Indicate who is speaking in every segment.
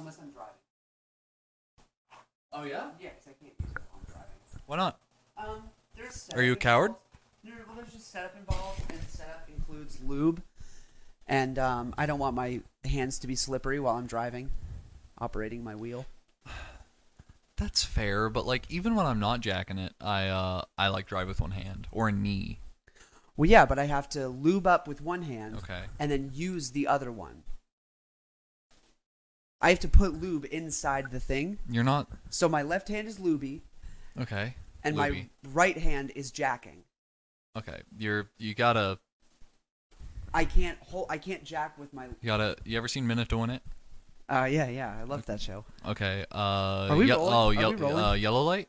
Speaker 1: Unless I'm driving.
Speaker 2: Oh yeah?
Speaker 1: Yeah, 'cause I can't use it while I'm driving.
Speaker 2: Why not?
Speaker 1: Um, there's setup
Speaker 2: Are you a coward?
Speaker 1: involved. No, well, there's just setup involved, and setup includes lube. And um, I don't want my hands to be slippery while I'm driving, operating my wheel.
Speaker 2: That's fair, but like even when I'm not jacking it, I uh I like drive with one hand or a knee.
Speaker 1: Well, yeah, but I have to lube up with one hand
Speaker 2: Okay.
Speaker 1: and then use the other one. I have to put lube inside the thing.
Speaker 2: You're not
Speaker 1: So my left hand is lubey
Speaker 2: okay.
Speaker 1: and
Speaker 2: Luby.
Speaker 1: my right hand is jacking.
Speaker 2: okay. You're you gotta
Speaker 1: I can't hold I can't jack with my
Speaker 2: you gotta you ever seen Minute doing it?
Speaker 1: Uh yeah, yeah, I love that show.
Speaker 2: Okay. Uh Are
Speaker 1: we rolling?
Speaker 2: oh
Speaker 1: Are
Speaker 2: ye-
Speaker 1: we rolling?
Speaker 2: uh yellow light.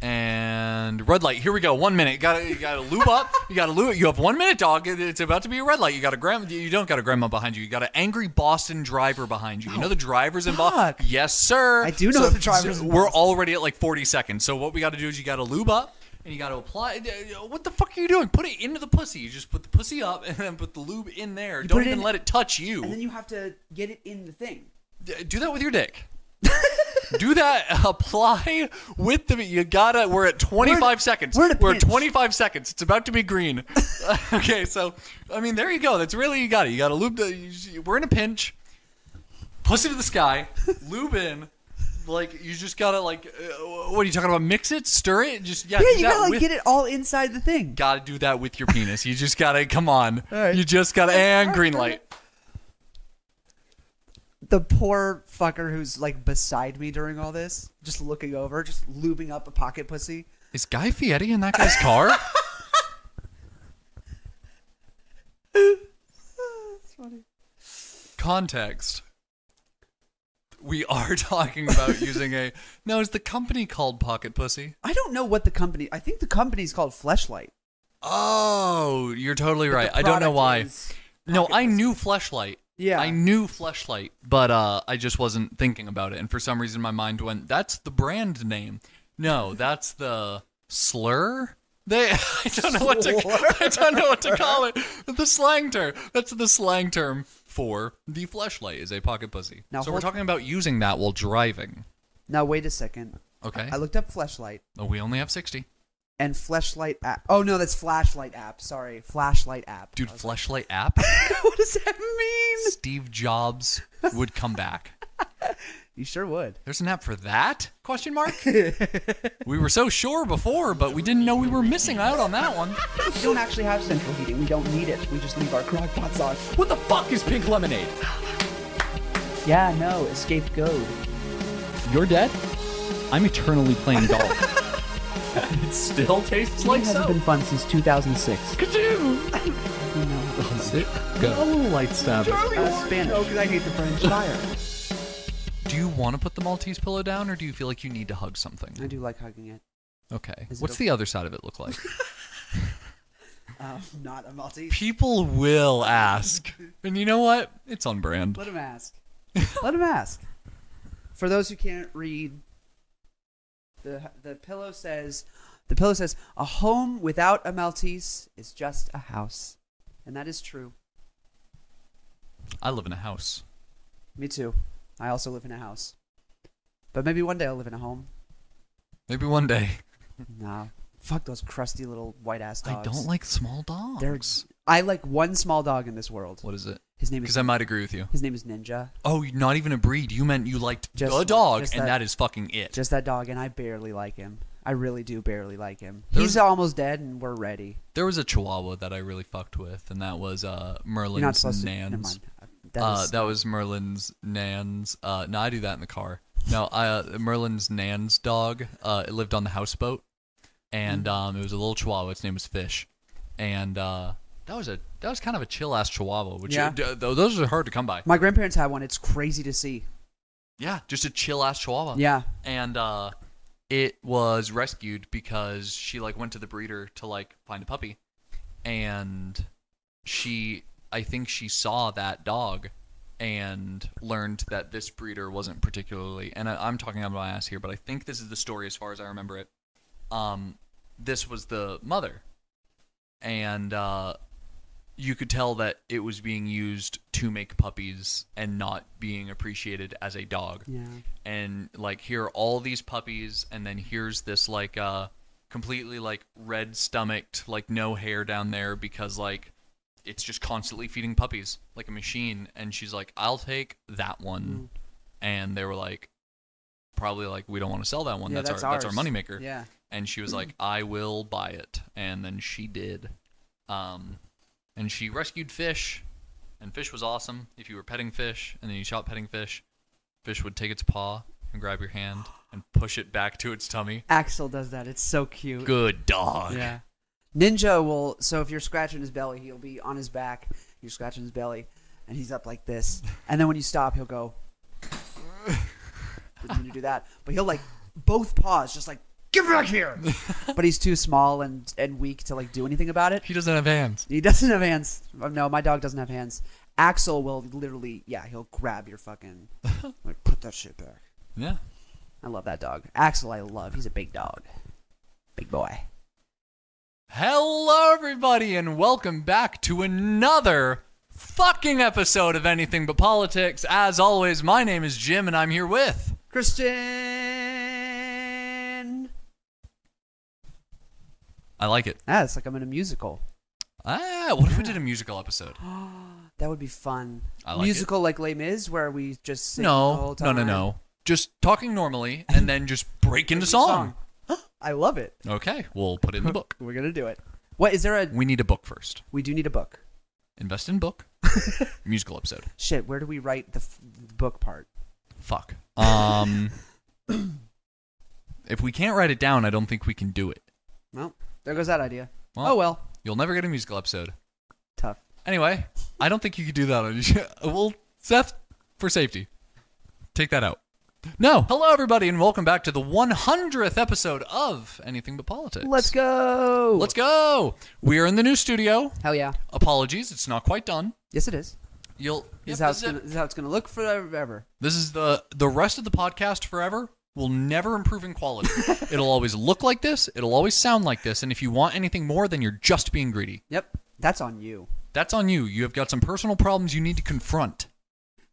Speaker 2: And red light. Here we go. One minute. Got to you got to lube up. You got to lube. You have one minute, dog. It- It's about to be a red light. You got a grandma. You don't got a grandma behind you. You got an angry Boston driver behind you. You know the drivers in Boston.
Speaker 1: Oh, fuck.
Speaker 2: Yes, sir.
Speaker 1: I do know the drivers in
Speaker 2: we're
Speaker 1: Boston.
Speaker 2: already at like forty seconds. So what we got to do is you got to lube up and you got to apply. uh, What the fuck are you doing? Put it into the pussy. You just put the pussy up and then put the lube in there.
Speaker 1: You
Speaker 2: don't
Speaker 1: put it
Speaker 2: even
Speaker 1: in-
Speaker 2: let it touch you.
Speaker 1: And then you have to get it in the thing.
Speaker 2: D- do that with your dick. do that. Apply with the. You gotta. We're at 25
Speaker 1: We're-
Speaker 2: seconds.
Speaker 1: we're in a
Speaker 2: at
Speaker 1: pinch.
Speaker 2: 25 seconds. It's about to be green. okay, so I mean, there you go. That's really you got it. You got to lube the. you- we're in a pinch. Pussy to the sky. Lube in. Like you just gotta like. Uh, what are you talking about? Mix it, stir it. Just yeah. do that with-
Speaker 1: it all inside the thing.
Speaker 2: Gotta do that with your penis. You just gotta. Come on.
Speaker 1: Alright.
Speaker 2: You just gotta. And green light.
Speaker 1: The poor fucker who's like beside me during all this, just looking over, just lubing up a pocket pussy.
Speaker 2: Is Guy Fieri in that guy's car? Context. We are talking about using a. Now, is the company called Pocket Pussy?
Speaker 1: I don't know what the company. I think the company's called Fleshlight.
Speaker 2: Oh, you're totally right. I don't know why. No, I knew Fleshlight.
Speaker 1: Yeah.
Speaker 2: I knew Fleshlight, but uh, I just wasn't thinking about it. And for some reason, my mind went, that's the brand name. No, that's the slur. They, I don't know what to, I don't know what to call it. The slang term. That's the slang term for the fleshlight is a pocket pussy.
Speaker 1: Now
Speaker 2: so we're
Speaker 1: hold-
Speaker 2: talking about using that while driving.
Speaker 1: Now wait a second.
Speaker 2: Okay.
Speaker 1: I looked up Fleshlight
Speaker 2: Oh, we only have sixty,
Speaker 1: and Fleshlight app. Oh no, that's Flashlight app. Sorry, Flashlight app.
Speaker 2: dude. Fleshlight app.
Speaker 1: what does that mean?
Speaker 2: Steve Jobs would come back.
Speaker 1: You sure would.
Speaker 2: There's an app for that? Question mark. we were so sure before, but we didn't know we were missing out on that one.
Speaker 1: We don't actually have central heating. We don't need it. We just leave our crock pots on.
Speaker 2: What the fuck is pink lemonade?
Speaker 1: Yeah, no, escape goad.
Speaker 3: You're dead? I'm eternally playing golf. it still tastes
Speaker 1: It hasn't been fun since 2006.
Speaker 3: Oh, light stop.
Speaker 1: Uh, Spanish. Oh, because I hate the French. Fire.
Speaker 2: Do you want to put the Maltese pillow down, or do you feel like you need to hug
Speaker 1: I
Speaker 2: something?
Speaker 1: do like hugging it.
Speaker 2: Okay.
Speaker 1: Is it
Speaker 2: What's
Speaker 1: okay?
Speaker 2: the other side of it look like?
Speaker 1: Uh, not a Maltese.
Speaker 2: People will ask, and you know what? It's on brand.
Speaker 1: Let him ask. Let him ask. For those who can't read, the the pillow says, the pillow says, a home without a Maltese is just a house, and that is true.
Speaker 2: I live in a house.
Speaker 1: Me too. I also live in a house, but maybe one day I'll live in a home.
Speaker 2: Maybe one day.
Speaker 1: No, fuck those crusty little white ass
Speaker 2: I
Speaker 1: dogs.
Speaker 2: don't like small dogs.
Speaker 1: They're, I like one small dog in this world.
Speaker 2: What is it?
Speaker 1: His name is
Speaker 2: Because I might agree with you.
Speaker 1: his name is Ninja.
Speaker 2: Oh, not even a breed. You meant you liked
Speaker 1: Just-
Speaker 2: the dog,
Speaker 1: just
Speaker 2: and
Speaker 1: that-
Speaker 2: that is fucking it.
Speaker 1: Just that dog, and I barely like him. I really do barely like him.
Speaker 2: There
Speaker 1: He's
Speaker 2: was-
Speaker 1: almost dead, and we're ready.
Speaker 2: there was a Chihuahua that I really fucked with, and that was uh, Merlin's
Speaker 1: You're not supposed to. Never
Speaker 2: Nans.
Speaker 1: mind. That
Speaker 2: uh,
Speaker 1: is-
Speaker 2: that was Merlin's Nan's. Uh, no, I do that in the car. No, I, uh, Merlin's Nan's dog. Uh, it lived on the houseboat, and
Speaker 1: Mm.
Speaker 2: um, it was a little Chihuahua. Its name was Fish, and uh, that was a that was kind of a chill ass Chihuahua. Which
Speaker 1: Yeah.
Speaker 2: d- th- those are hard to come by.
Speaker 1: my grandparents had one. It's crazy to see.
Speaker 2: yeah, just a chill ass Chihuahua.
Speaker 1: Yeah.
Speaker 2: And uh, it was rescued because she like went to the breeder to like find a puppy, and she, I think she saw that dog, and learned that this breeder wasn't particularly. And I, I'm talking out of my ass here, but I think this is the story as far as I remember it. Um, this was the mother, and uh, you could tell that it was being used to make puppies and not being appreciated as a dog.
Speaker 1: Yeah.
Speaker 2: And like here are all these puppies and then here's this like uh completely like red stomached, like no hair down there because like it's just constantly feeding puppies like a machine and she's like I'll take that one.
Speaker 1: Mm.
Speaker 2: And they were like probably like we don't want to sell that one.
Speaker 1: yeah
Speaker 2: that's,
Speaker 1: that's
Speaker 2: our that's our
Speaker 1: ours.
Speaker 2: moneymaker.
Speaker 1: Yeah.
Speaker 2: And she was like I will buy it and then she did. Um and she rescued fish and fish was awesome if you were petting fish and then you shot petting fish fish would take its paw and grab your hand and push it back to its tummy
Speaker 1: Axel does that. It's so cute.
Speaker 2: good dog
Speaker 1: Yeah. Ninja will. So if you're scratching his belly, he'll be on his back. You're scratching his belly, and he's up like this. And then when you stop, he'll go. Didn't mean to do that, but he'll like both paws, just like get back here. but he's too small and and weak to like do anything about it.
Speaker 2: he doesn't have hands
Speaker 1: He doesn't have hands. Oh, No, my dog doesn't have hands. Axel will literally, yeah, he'll grab your fucking, like put that shit back.
Speaker 2: yeah
Speaker 1: I love that dog. Axel, I love. He's a big dog, big boy.
Speaker 2: hello everybody and welcome back to another fucking episode of anything but politics as always my name is jim and i'm here with
Speaker 1: Christian.
Speaker 2: i like it
Speaker 1: Ah, it's like I'm in a musical.
Speaker 2: ah what if we did a musical episode
Speaker 1: That would be fun.
Speaker 2: I like it.
Speaker 1: musical like Les Mis, where we just sing the
Speaker 2: no
Speaker 1: whole
Speaker 2: no
Speaker 1: time.
Speaker 2: no no just talking normally and then just break into song
Speaker 1: I love it.
Speaker 2: okay we'll put it in the book
Speaker 1: We're gonna do it. What is there a?
Speaker 2: we need a book first
Speaker 1: We do need a book.
Speaker 2: Invest in book. Musical episode.
Speaker 1: Shit, where do we write the, f- the book part?
Speaker 2: Fuck. Um, if we can't write it down, I don't think we can do it.
Speaker 1: Well, there goes that idea.
Speaker 2: Well.
Speaker 1: oh well,
Speaker 2: You'll never get a musical episode.
Speaker 1: tough.
Speaker 2: Anyway, I don't think you could do that on your show. Well, Seth, for safety, take that out. No. Hello, everybody, and welcome back to the 100th episode of Anything But Politics.
Speaker 1: Let's go.
Speaker 2: Let's go. We are in the new studio.
Speaker 1: Hell yeah.
Speaker 2: Apologies, it's not quite done.
Speaker 1: Yes, it is.
Speaker 2: You'll.
Speaker 1: This is
Speaker 2: Yep,
Speaker 1: how
Speaker 2: that's
Speaker 1: it's
Speaker 2: it.
Speaker 1: gonna, this is how it's gonna look forever.
Speaker 2: This is the the rest of the podcast forever will never improve in quality. It'll always look like this, it'll always sound like this, and if you want anything more then you're just being greedy.
Speaker 1: Yep, that's on you.
Speaker 2: That's on you. You have got some personal problems you need to confront.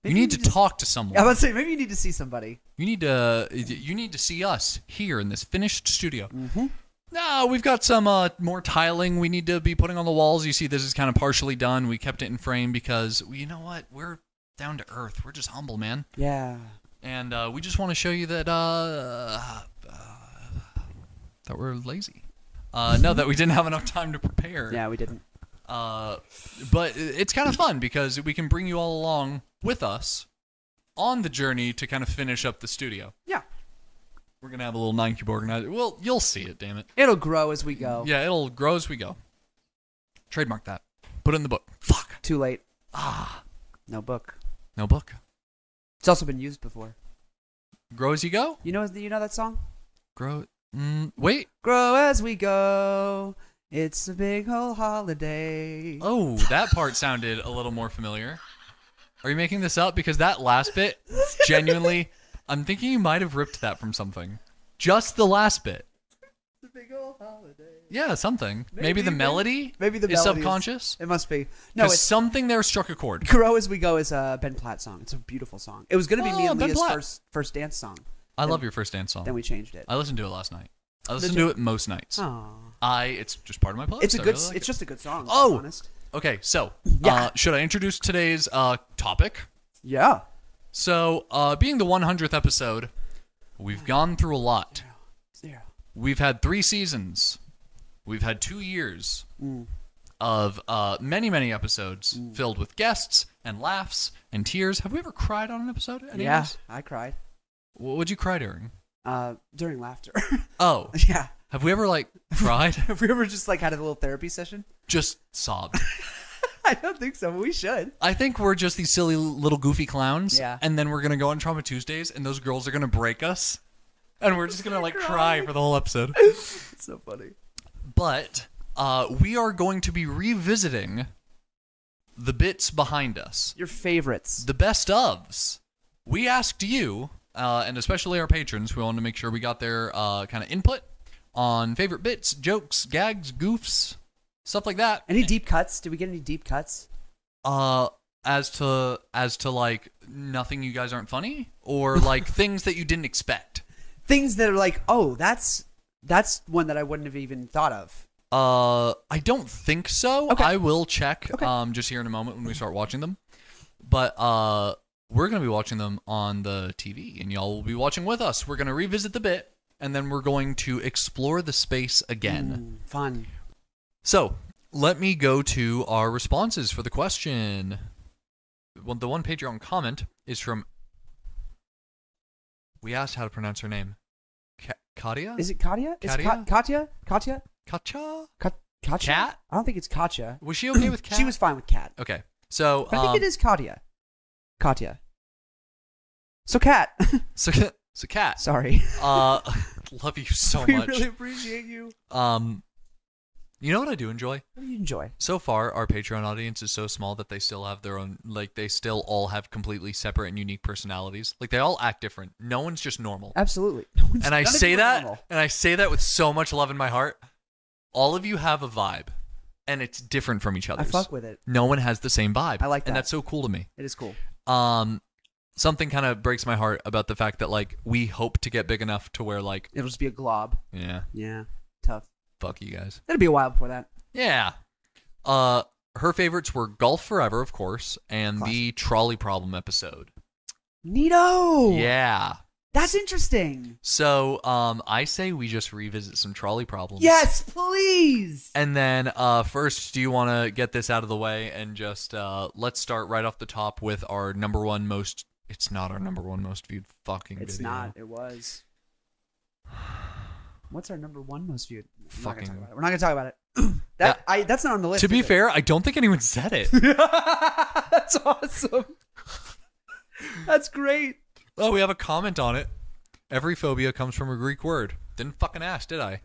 Speaker 2: You
Speaker 1: Maybe
Speaker 2: need to
Speaker 1: just-
Speaker 2: talk to
Speaker 1: I
Speaker 2: someone.
Speaker 1: was gonna say maybe you need to see somebody.
Speaker 2: You need to you need to see us here in this finished studio.
Speaker 1: Mm-hmm.
Speaker 2: No, we've got some uh, more tiling we need to be putting on the walls. You see, this is kind of partially done. We kept it in frame because well, you know what? We're down to earth. We're just humble, man.
Speaker 1: Yeah.
Speaker 2: and uh, we just want to show you that uh, uh, that we're lazy. Uh, no, that we didn't have enough time to prepare.
Speaker 1: Yeah, we didn't.
Speaker 2: Uh, but it- it's kind of fun because we can bring you all along with us on the journey to kind of finish up the studio.
Speaker 1: Yeah.
Speaker 2: We're gonna have a little nine cube organizer. Well, you'll see it. Damn it.
Speaker 1: It'll grow as we go.
Speaker 2: Yeah, it'll grow as we go. Trademark that. Put it in the book. Fuck.
Speaker 1: Too late.
Speaker 2: Ah,
Speaker 1: No book.
Speaker 2: no book.
Speaker 1: It's also been used before.
Speaker 2: Grow as you go.
Speaker 1: You know you know that song?
Speaker 2: Grow. Mm, wait.
Speaker 1: Grow as we go. It's a big whole holiday.
Speaker 2: Oh, that part sounded a little more familiar. Are you making this up? Because that last bit, genuinely, I'm thinking you might have ripped that from something. Just the last bit.
Speaker 1: It's a big old holiday.
Speaker 2: Yeah, something. Maybe, the melody.
Speaker 1: Maybe the
Speaker 2: is
Speaker 1: melody
Speaker 2: subconscious.
Speaker 1: It must be. No,
Speaker 2: No,
Speaker 1: it's
Speaker 2: something there struck a chord.
Speaker 1: Grow as we go is a Ben Platt song. It's a beautiful song. It was gonna be me
Speaker 2: Oh,
Speaker 1: and
Speaker 2: Ben
Speaker 1: Leah's
Speaker 2: Platt. Oh. Uh,
Speaker 1: first first dance song.
Speaker 2: I love your first dance song.
Speaker 1: Then we changed it.
Speaker 2: I listened to it last night. I
Speaker 1: Did
Speaker 2: listen
Speaker 1: you?
Speaker 2: to it most nights.
Speaker 1: Aw.
Speaker 2: I it's just part of my playlist.
Speaker 1: It's a
Speaker 2: I
Speaker 1: good.
Speaker 2: oh, really like
Speaker 1: it's
Speaker 2: it.
Speaker 1: just a good song.
Speaker 2: Oh!
Speaker 1: to be honest.
Speaker 2: okay. So,
Speaker 1: Yeah.
Speaker 2: uh, should I introduce today's uh, topic?
Speaker 1: Yeah.
Speaker 2: So, uh, being the 100th episode, we've gone through a lot.
Speaker 1: Zero.
Speaker 2: We've had three seasons. We've had two years
Speaker 1: Mm.
Speaker 2: of uh, many, many episodes filled with guests and laughs and tears. Have we ever cried on an episode? Any of
Speaker 1: Yeah.
Speaker 2: us?
Speaker 1: I cried
Speaker 2: What would you cry during?
Speaker 1: uh, during laughter.
Speaker 2: Oh,
Speaker 1: yeah.
Speaker 2: have we ever like cried?
Speaker 1: Have we ever just like had a little therapy session?
Speaker 2: Just sobbed.
Speaker 1: I don't think so. but We should.
Speaker 2: I think we're just these silly little goofy clowns.
Speaker 1: Yeah.
Speaker 2: And then we're gonna go on Trauma Tuesdays, and those girls are gonna break us, and we're just gonna like cry for the whole episode.
Speaker 1: It's so funny.
Speaker 2: But uh, we are going to be revisiting the bits behind us.
Speaker 1: Your favorites.
Speaker 2: the best ofs. We asked you, uh, and especially our patrons, we wanted to make sure we got their uh, kind of input on favorite bits, jokes, gags, goofs, stuff like that.
Speaker 1: Any deep cuts? Did we get any deep cuts?
Speaker 2: Uh, as to as to like nothing, you guys aren't funny, or like things that you didn't expect.
Speaker 1: Things that are like, oh, that's that's one that I wouldn't have even thought of.
Speaker 2: Uh, I don't think so.
Speaker 1: Okay.
Speaker 2: I will check
Speaker 1: Okay.
Speaker 2: um, just here in a moment when we start watching them. But uh, we're going to be watching them on the TV, and y'all will be watching with us. We're going to revisit the bit, and then we're going to explore the space again.
Speaker 1: Mm, fun.
Speaker 2: So let me go to our responses for the question. Well, the one Patreon comment is from. We asked how to pronounce her name. Ka- Katia?
Speaker 1: Is it Katya? Is Ka-
Speaker 2: Katya?
Speaker 1: Katya? Katya?
Speaker 2: Kacha?
Speaker 1: Ka- Katya?
Speaker 2: Cat?
Speaker 1: I don't think it's Katya.
Speaker 2: Was she okay with Kat?
Speaker 1: She was fine with Kat.
Speaker 2: Okay. So
Speaker 1: But I think
Speaker 2: um,
Speaker 1: it is Katya. Katya. So Kat.
Speaker 2: So, so Kat,
Speaker 1: Sorry.
Speaker 2: uh, love you so
Speaker 1: we
Speaker 2: much.
Speaker 1: really appreciate you.
Speaker 2: Um, you know what I do enjoy?
Speaker 1: What do you enjoy?
Speaker 2: So far, our Patreon audience is so small that they still have their own, like, they still all have completely separate and unique personalities. Like, they all act different. No one's just normal.
Speaker 1: Absolutely.
Speaker 2: And I say that, and I say that with so much love in my heart. All of you have a vibe, and it's different from each other.
Speaker 1: I fuck with it.
Speaker 2: No one has the same vibe.
Speaker 1: I like
Speaker 2: And
Speaker 1: that.
Speaker 2: that's so cool to me.
Speaker 1: It is cool.
Speaker 2: Um, something kind of breaks my heart about the fact that, like, we hope to get big enough to where, like,
Speaker 1: It'll just be a glob.
Speaker 2: yeah.
Speaker 1: Yeah. Tough.
Speaker 2: Fuck you guys.
Speaker 1: It'll be a while before that.
Speaker 2: Yeah. Uh, her favorites were Golf Forever, of course, and the Trolley Problem episode.
Speaker 1: Neato.
Speaker 2: Yeah.
Speaker 1: That's interesting.
Speaker 2: So, um, I say we just revisit some trolley problems.
Speaker 1: Yes, please.
Speaker 2: And then, uh, first, do you want to get this out of the way and just uh, let's start right off the top with our number one most. It's not our number one most viewed fucking
Speaker 1: It's
Speaker 2: video.
Speaker 1: not. It was. What's our number one most viewed? We're not gonna talk
Speaker 2: Fucking-
Speaker 1: about it. We're not gonna talk about it. that
Speaker 2: Yeah.
Speaker 1: I. That's not on the list.
Speaker 2: To be
Speaker 1: is it?
Speaker 2: fair, I don't think anyone said it.
Speaker 1: that's awesome. that's great.
Speaker 2: oh, we have a comment on it. Every phobia comes from a Greek word. Didn't fucking ask, did I?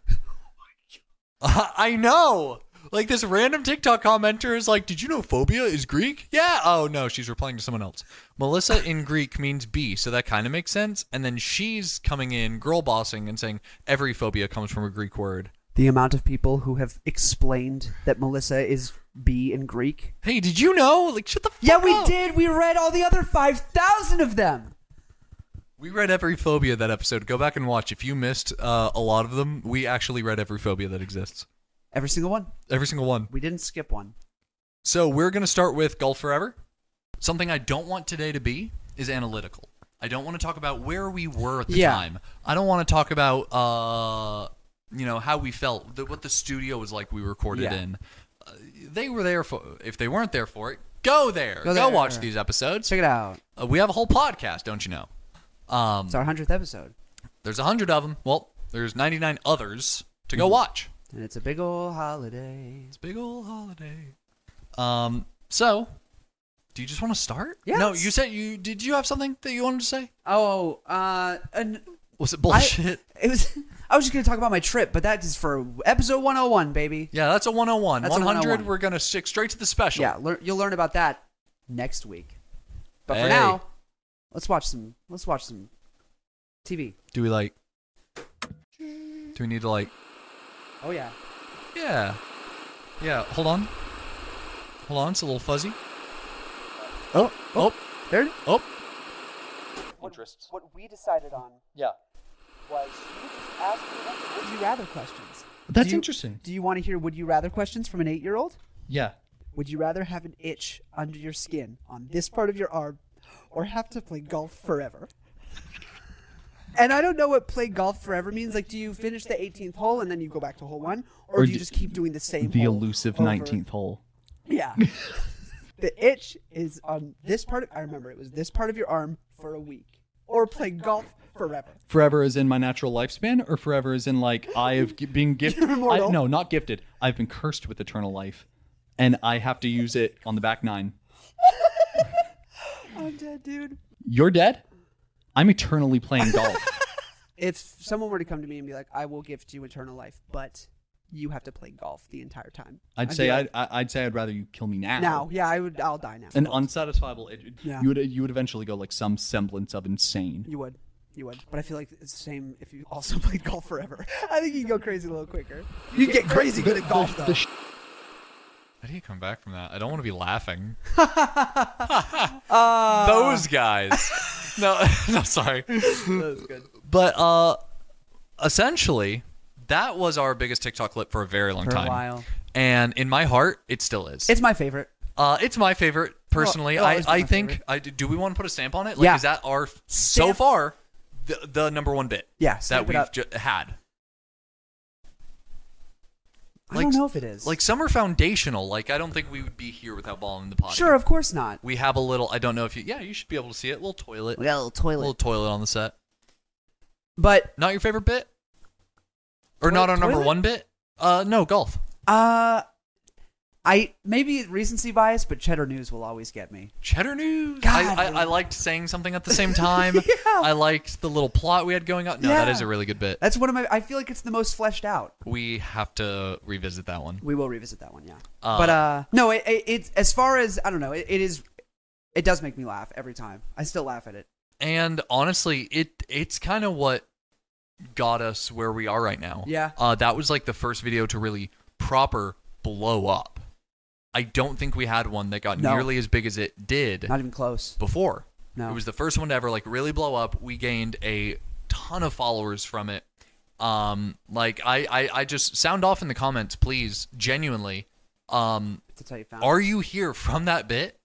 Speaker 1: Oh
Speaker 2: I know. Like this random TikTok commenter is like, "Did you know phobia is Greek?" Yeah. Oh no, she's replying to someone else. Melissa in Greek means bee, so that kind of makes sense. And then she's coming in, girl bossing, and saying every phobia comes from a Greek word.
Speaker 1: The amount of people who have explained that Melissa is B in Greek.
Speaker 2: Hey, did you know? Like, shut the fuck
Speaker 1: Yeah, we
Speaker 2: up.
Speaker 1: did. We read all the other five thousand of them.
Speaker 2: We read every phobia that episode. Go back and watch. If you missed uh, a lot of them, we actually read every phobia that exists.
Speaker 1: Every single one.
Speaker 2: Every single one.
Speaker 1: We didn't skip one.
Speaker 2: So we're going to start with Golf Forever. Something I don't want today to be is analytical. I don't want to talk about where we were at the
Speaker 1: Yeah.
Speaker 2: time. I don't want to talk about, uh, you know, how we felt, the, what the studio was like we recorded
Speaker 1: Yeah.
Speaker 2: in. Uh, they were there for, if they weren't there for it, go there.
Speaker 1: Go
Speaker 2: Go,
Speaker 1: there.
Speaker 2: watch these episodes.
Speaker 1: Check it out.
Speaker 2: Uh, we have a whole podcast, don't you know? Um,
Speaker 1: It's our hundredth episode,
Speaker 2: there's a hundred of them. Well, there's 99 others to
Speaker 1: Mm-hmm.
Speaker 2: go watch.
Speaker 1: and it's a big old holiday.
Speaker 2: It's a big old holiday. Um. So, do you just want to start?
Speaker 1: Yeah,
Speaker 2: No,
Speaker 1: let's-
Speaker 2: you said you did. You have something that you wanted to say?
Speaker 1: Oh, uh, and
Speaker 2: Was it bullshit?
Speaker 1: I, it was. I was just gonna talk about my trip, but that is for episode one hundred and one, baby.
Speaker 2: yeah, that's a 101.
Speaker 1: That's a
Speaker 2: 100.
Speaker 1: 101.
Speaker 2: We're gonna stick straight to the special.
Speaker 1: Yeah, lear- you'll learn about that next week. But for
Speaker 2: Hey.
Speaker 1: now, let's watch some. Let's watch some TV.
Speaker 2: Do we like? Do we need to like?
Speaker 1: Oh yeah,
Speaker 2: Yeah. Yeah. Hold on. Hold on. It's a little fuzzy.
Speaker 1: Oh,
Speaker 2: Oh.
Speaker 1: there. it-
Speaker 2: Oh.
Speaker 1: Interests. What, we decided on
Speaker 2: Yeah.
Speaker 1: was you just asked me about the would you rather questions.
Speaker 3: That's
Speaker 1: Do you-
Speaker 3: interesting.
Speaker 1: Do you want to hear would you rather questions from an eight-year-old?
Speaker 3: Yeah.
Speaker 1: Would you rather have an itch under your skin on this part of your arm or have to play golf forever? And I don't know what play golf forever means. Like, do you finish the 18th hole and then you go back to hole one? Or,
Speaker 3: Or
Speaker 1: do you
Speaker 3: d-
Speaker 1: just keep doing the same
Speaker 3: The
Speaker 1: hole
Speaker 3: elusive
Speaker 1: over-
Speaker 3: 19th hole.
Speaker 1: Yeah. the itch is on this part of, I remember it was this part of your arm for a week. Or play golf forever.
Speaker 3: Forever is in my natural lifespan, or forever is in like I have g- been gifted.
Speaker 1: You're immortal.
Speaker 3: no, not gifted. I've been cursed with eternal life. and I have to use it on the back nine.
Speaker 1: I'm dead, dude.
Speaker 3: You're dead. I'm eternally playing golf.
Speaker 1: If someone were to come to me and be like, "I will gift you eternal life, but you have to play golf the entire time,"
Speaker 3: I'd
Speaker 1: be
Speaker 3: say
Speaker 1: like,
Speaker 3: I'd, I- I'd say I'd rather you kill me now.
Speaker 1: now. Yeah, I would. I'll die now.
Speaker 3: An unsatisfiable. It,
Speaker 1: Yeah.
Speaker 3: You would you would eventually go like some semblance of insane.
Speaker 1: You would. You would. But I feel like it's the same if you also played golf forever. I think you'd go crazy a little quicker. You'd get crazy good at golf, though.
Speaker 3: The sh-
Speaker 2: How do you come back from that? I don't want to be laughing.
Speaker 1: Uh.
Speaker 2: Those guys. No, no, sorry.
Speaker 1: That was good.
Speaker 2: But uh, essentially, that was our biggest TikTok clip for a very long
Speaker 1: For a
Speaker 2: time.
Speaker 1: while.
Speaker 2: And in my heart, it still is.
Speaker 1: It's my favorite.
Speaker 2: Uh, it's my favorite personally.
Speaker 1: Oh, oh,
Speaker 2: I,
Speaker 1: it's
Speaker 2: I
Speaker 1: my
Speaker 2: think
Speaker 1: favorite.
Speaker 2: I do. We want to put a stamp on it. Like,
Speaker 1: Yeah.
Speaker 2: Is that our so
Speaker 1: Stamp-
Speaker 2: far the, the number one bit?
Speaker 1: Yeah,
Speaker 2: That
Speaker 1: stamp it
Speaker 2: we've
Speaker 1: up.
Speaker 2: ju- had.
Speaker 1: I
Speaker 2: Like-
Speaker 1: don't know if it is.
Speaker 2: Like some are foundational. Like I don't think we would be here without Ball in the Potty.
Speaker 1: sure, of course not.
Speaker 2: We have a little. I don't know if you. Yeah, you should be able to see it. Little toilet.
Speaker 1: got a little toilet.
Speaker 2: Little toilet on the set.
Speaker 1: but
Speaker 2: Not your favorite bit? Or
Speaker 1: Toilet-
Speaker 2: not our number
Speaker 1: toilet?
Speaker 2: one bit? Uh, no, golf.
Speaker 1: uh, I maybe recency bias, but Cheddar News will always get me.
Speaker 2: Cheddar News.
Speaker 1: God,
Speaker 2: I, I,
Speaker 1: dude.
Speaker 2: I liked saying something at the same time.
Speaker 1: Yeah.
Speaker 2: I liked the little plot we had going on. No, that
Speaker 1: Yeah.
Speaker 2: is a really good bit.
Speaker 1: That's one of my. I feel like it's the most fleshed out.
Speaker 2: We have to revisit that one.
Speaker 1: We will revisit that one, yeah.
Speaker 2: Uh,
Speaker 1: but uh, no, it, it, it's as far as I don't know. It, it is. It does make me laugh every time. I still laugh at it.
Speaker 2: And honestly, it it's kind of what got us where we are right now.
Speaker 1: Yeah.
Speaker 2: Uh, that was like the first video to really proper blow up. I don't think we had one that got
Speaker 1: No.
Speaker 2: nearly as big as it did
Speaker 1: Not even close.
Speaker 2: before.
Speaker 1: No.
Speaker 2: It was the first one to ever like really blow up. We gained a ton of followers from it. Um, like I, I, I just sound off in the comments, please. Genuinely, um,
Speaker 1: That's how you found.
Speaker 2: are
Speaker 1: it.
Speaker 2: you here from that bit?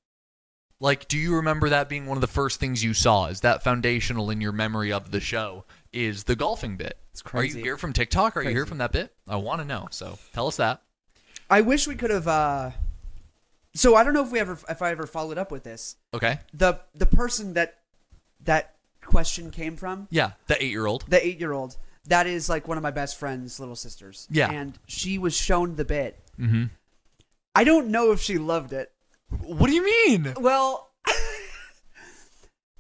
Speaker 2: Like, do you remember that being one of the first things you saw? Is that foundational in your memory of the show? Is the golfing bit?
Speaker 1: It's
Speaker 2: Are
Speaker 1: crazy.
Speaker 2: you here from TikTok? Are you here
Speaker 1: Crazy.
Speaker 2: from that bit? I want to know. So tell us that.
Speaker 1: I wish we could have. uh So I don't know if we ever, if I ever followed up with this.
Speaker 2: Okay.
Speaker 1: The the person that that question came from,
Speaker 2: Yeah, the eight-year-old.
Speaker 1: the eight year old. That is like one of my best friend's little sisters.
Speaker 2: Yeah.
Speaker 1: And she was shown the bit.
Speaker 2: Mm-hmm.
Speaker 1: I don't know if she loved it.
Speaker 2: What do you mean?
Speaker 1: Well,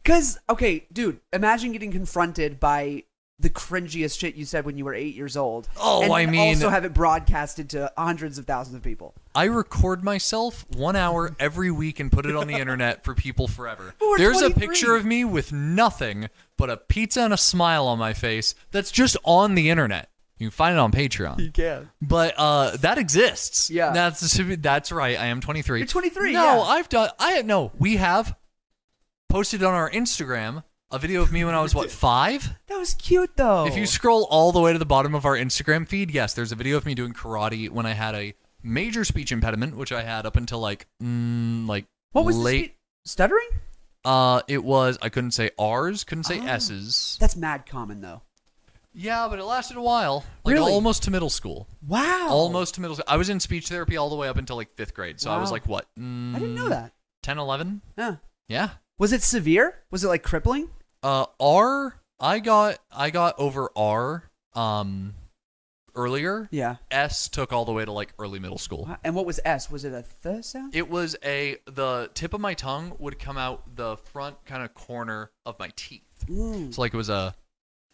Speaker 1: because, okay, dude, imagine getting confronted by the cringiest shit you said when you were eight years old.
Speaker 2: Oh,
Speaker 1: and
Speaker 2: I
Speaker 1: you
Speaker 2: mean-
Speaker 1: Also have it broadcasted to hundreds of thousands of people.
Speaker 2: I record myself one hour every week and put it on the internet for people forever.
Speaker 1: But we're
Speaker 2: There's a
Speaker 1: 23.
Speaker 2: picture of me with nothing but a pizza and a smile on my face that's just on the internet. You can find it on Patreon.
Speaker 1: can.
Speaker 2: But uh, that exists.
Speaker 1: Yeah.
Speaker 2: That's that's right. I am 23.
Speaker 1: You're 23,
Speaker 2: No,
Speaker 1: yeah.
Speaker 2: I've done. I no. We have posted on our Instagram a video of me when I was what five.
Speaker 1: That was cute, though.
Speaker 2: If you scroll all the way to the bottom of our Instagram feed, yes, there's a video of me doing karate when I had a major speech impediment, which I had up until like mm, like
Speaker 1: what was the
Speaker 2: late.
Speaker 1: spe- stuttering?
Speaker 2: uh, it was I couldn't say R's, couldn't say
Speaker 1: Oh.
Speaker 2: S's.
Speaker 1: That's mad common, though.
Speaker 2: Yeah, but it lasted a while, like
Speaker 1: Really?
Speaker 2: almost to middle school.
Speaker 1: Wow.
Speaker 2: Almost to middle school. I was in speech therapy all the way up until like fifth grade, so I was
Speaker 1: Wow.
Speaker 2: like what? Mm,
Speaker 1: I didn't know that.
Speaker 2: 10, 11?
Speaker 1: Huh.
Speaker 2: Yeah.
Speaker 1: Was it severe? Was it like crippling?
Speaker 2: Uh, R. I got I got over R. Um, earlier.
Speaker 1: Yeah.
Speaker 2: S took all the way to like early middle school.
Speaker 1: And what was S? Was it a th sound?
Speaker 2: It was a the tip of my tongue would come out the front kind of corner of my teeth.
Speaker 1: Mm.
Speaker 2: So like it was a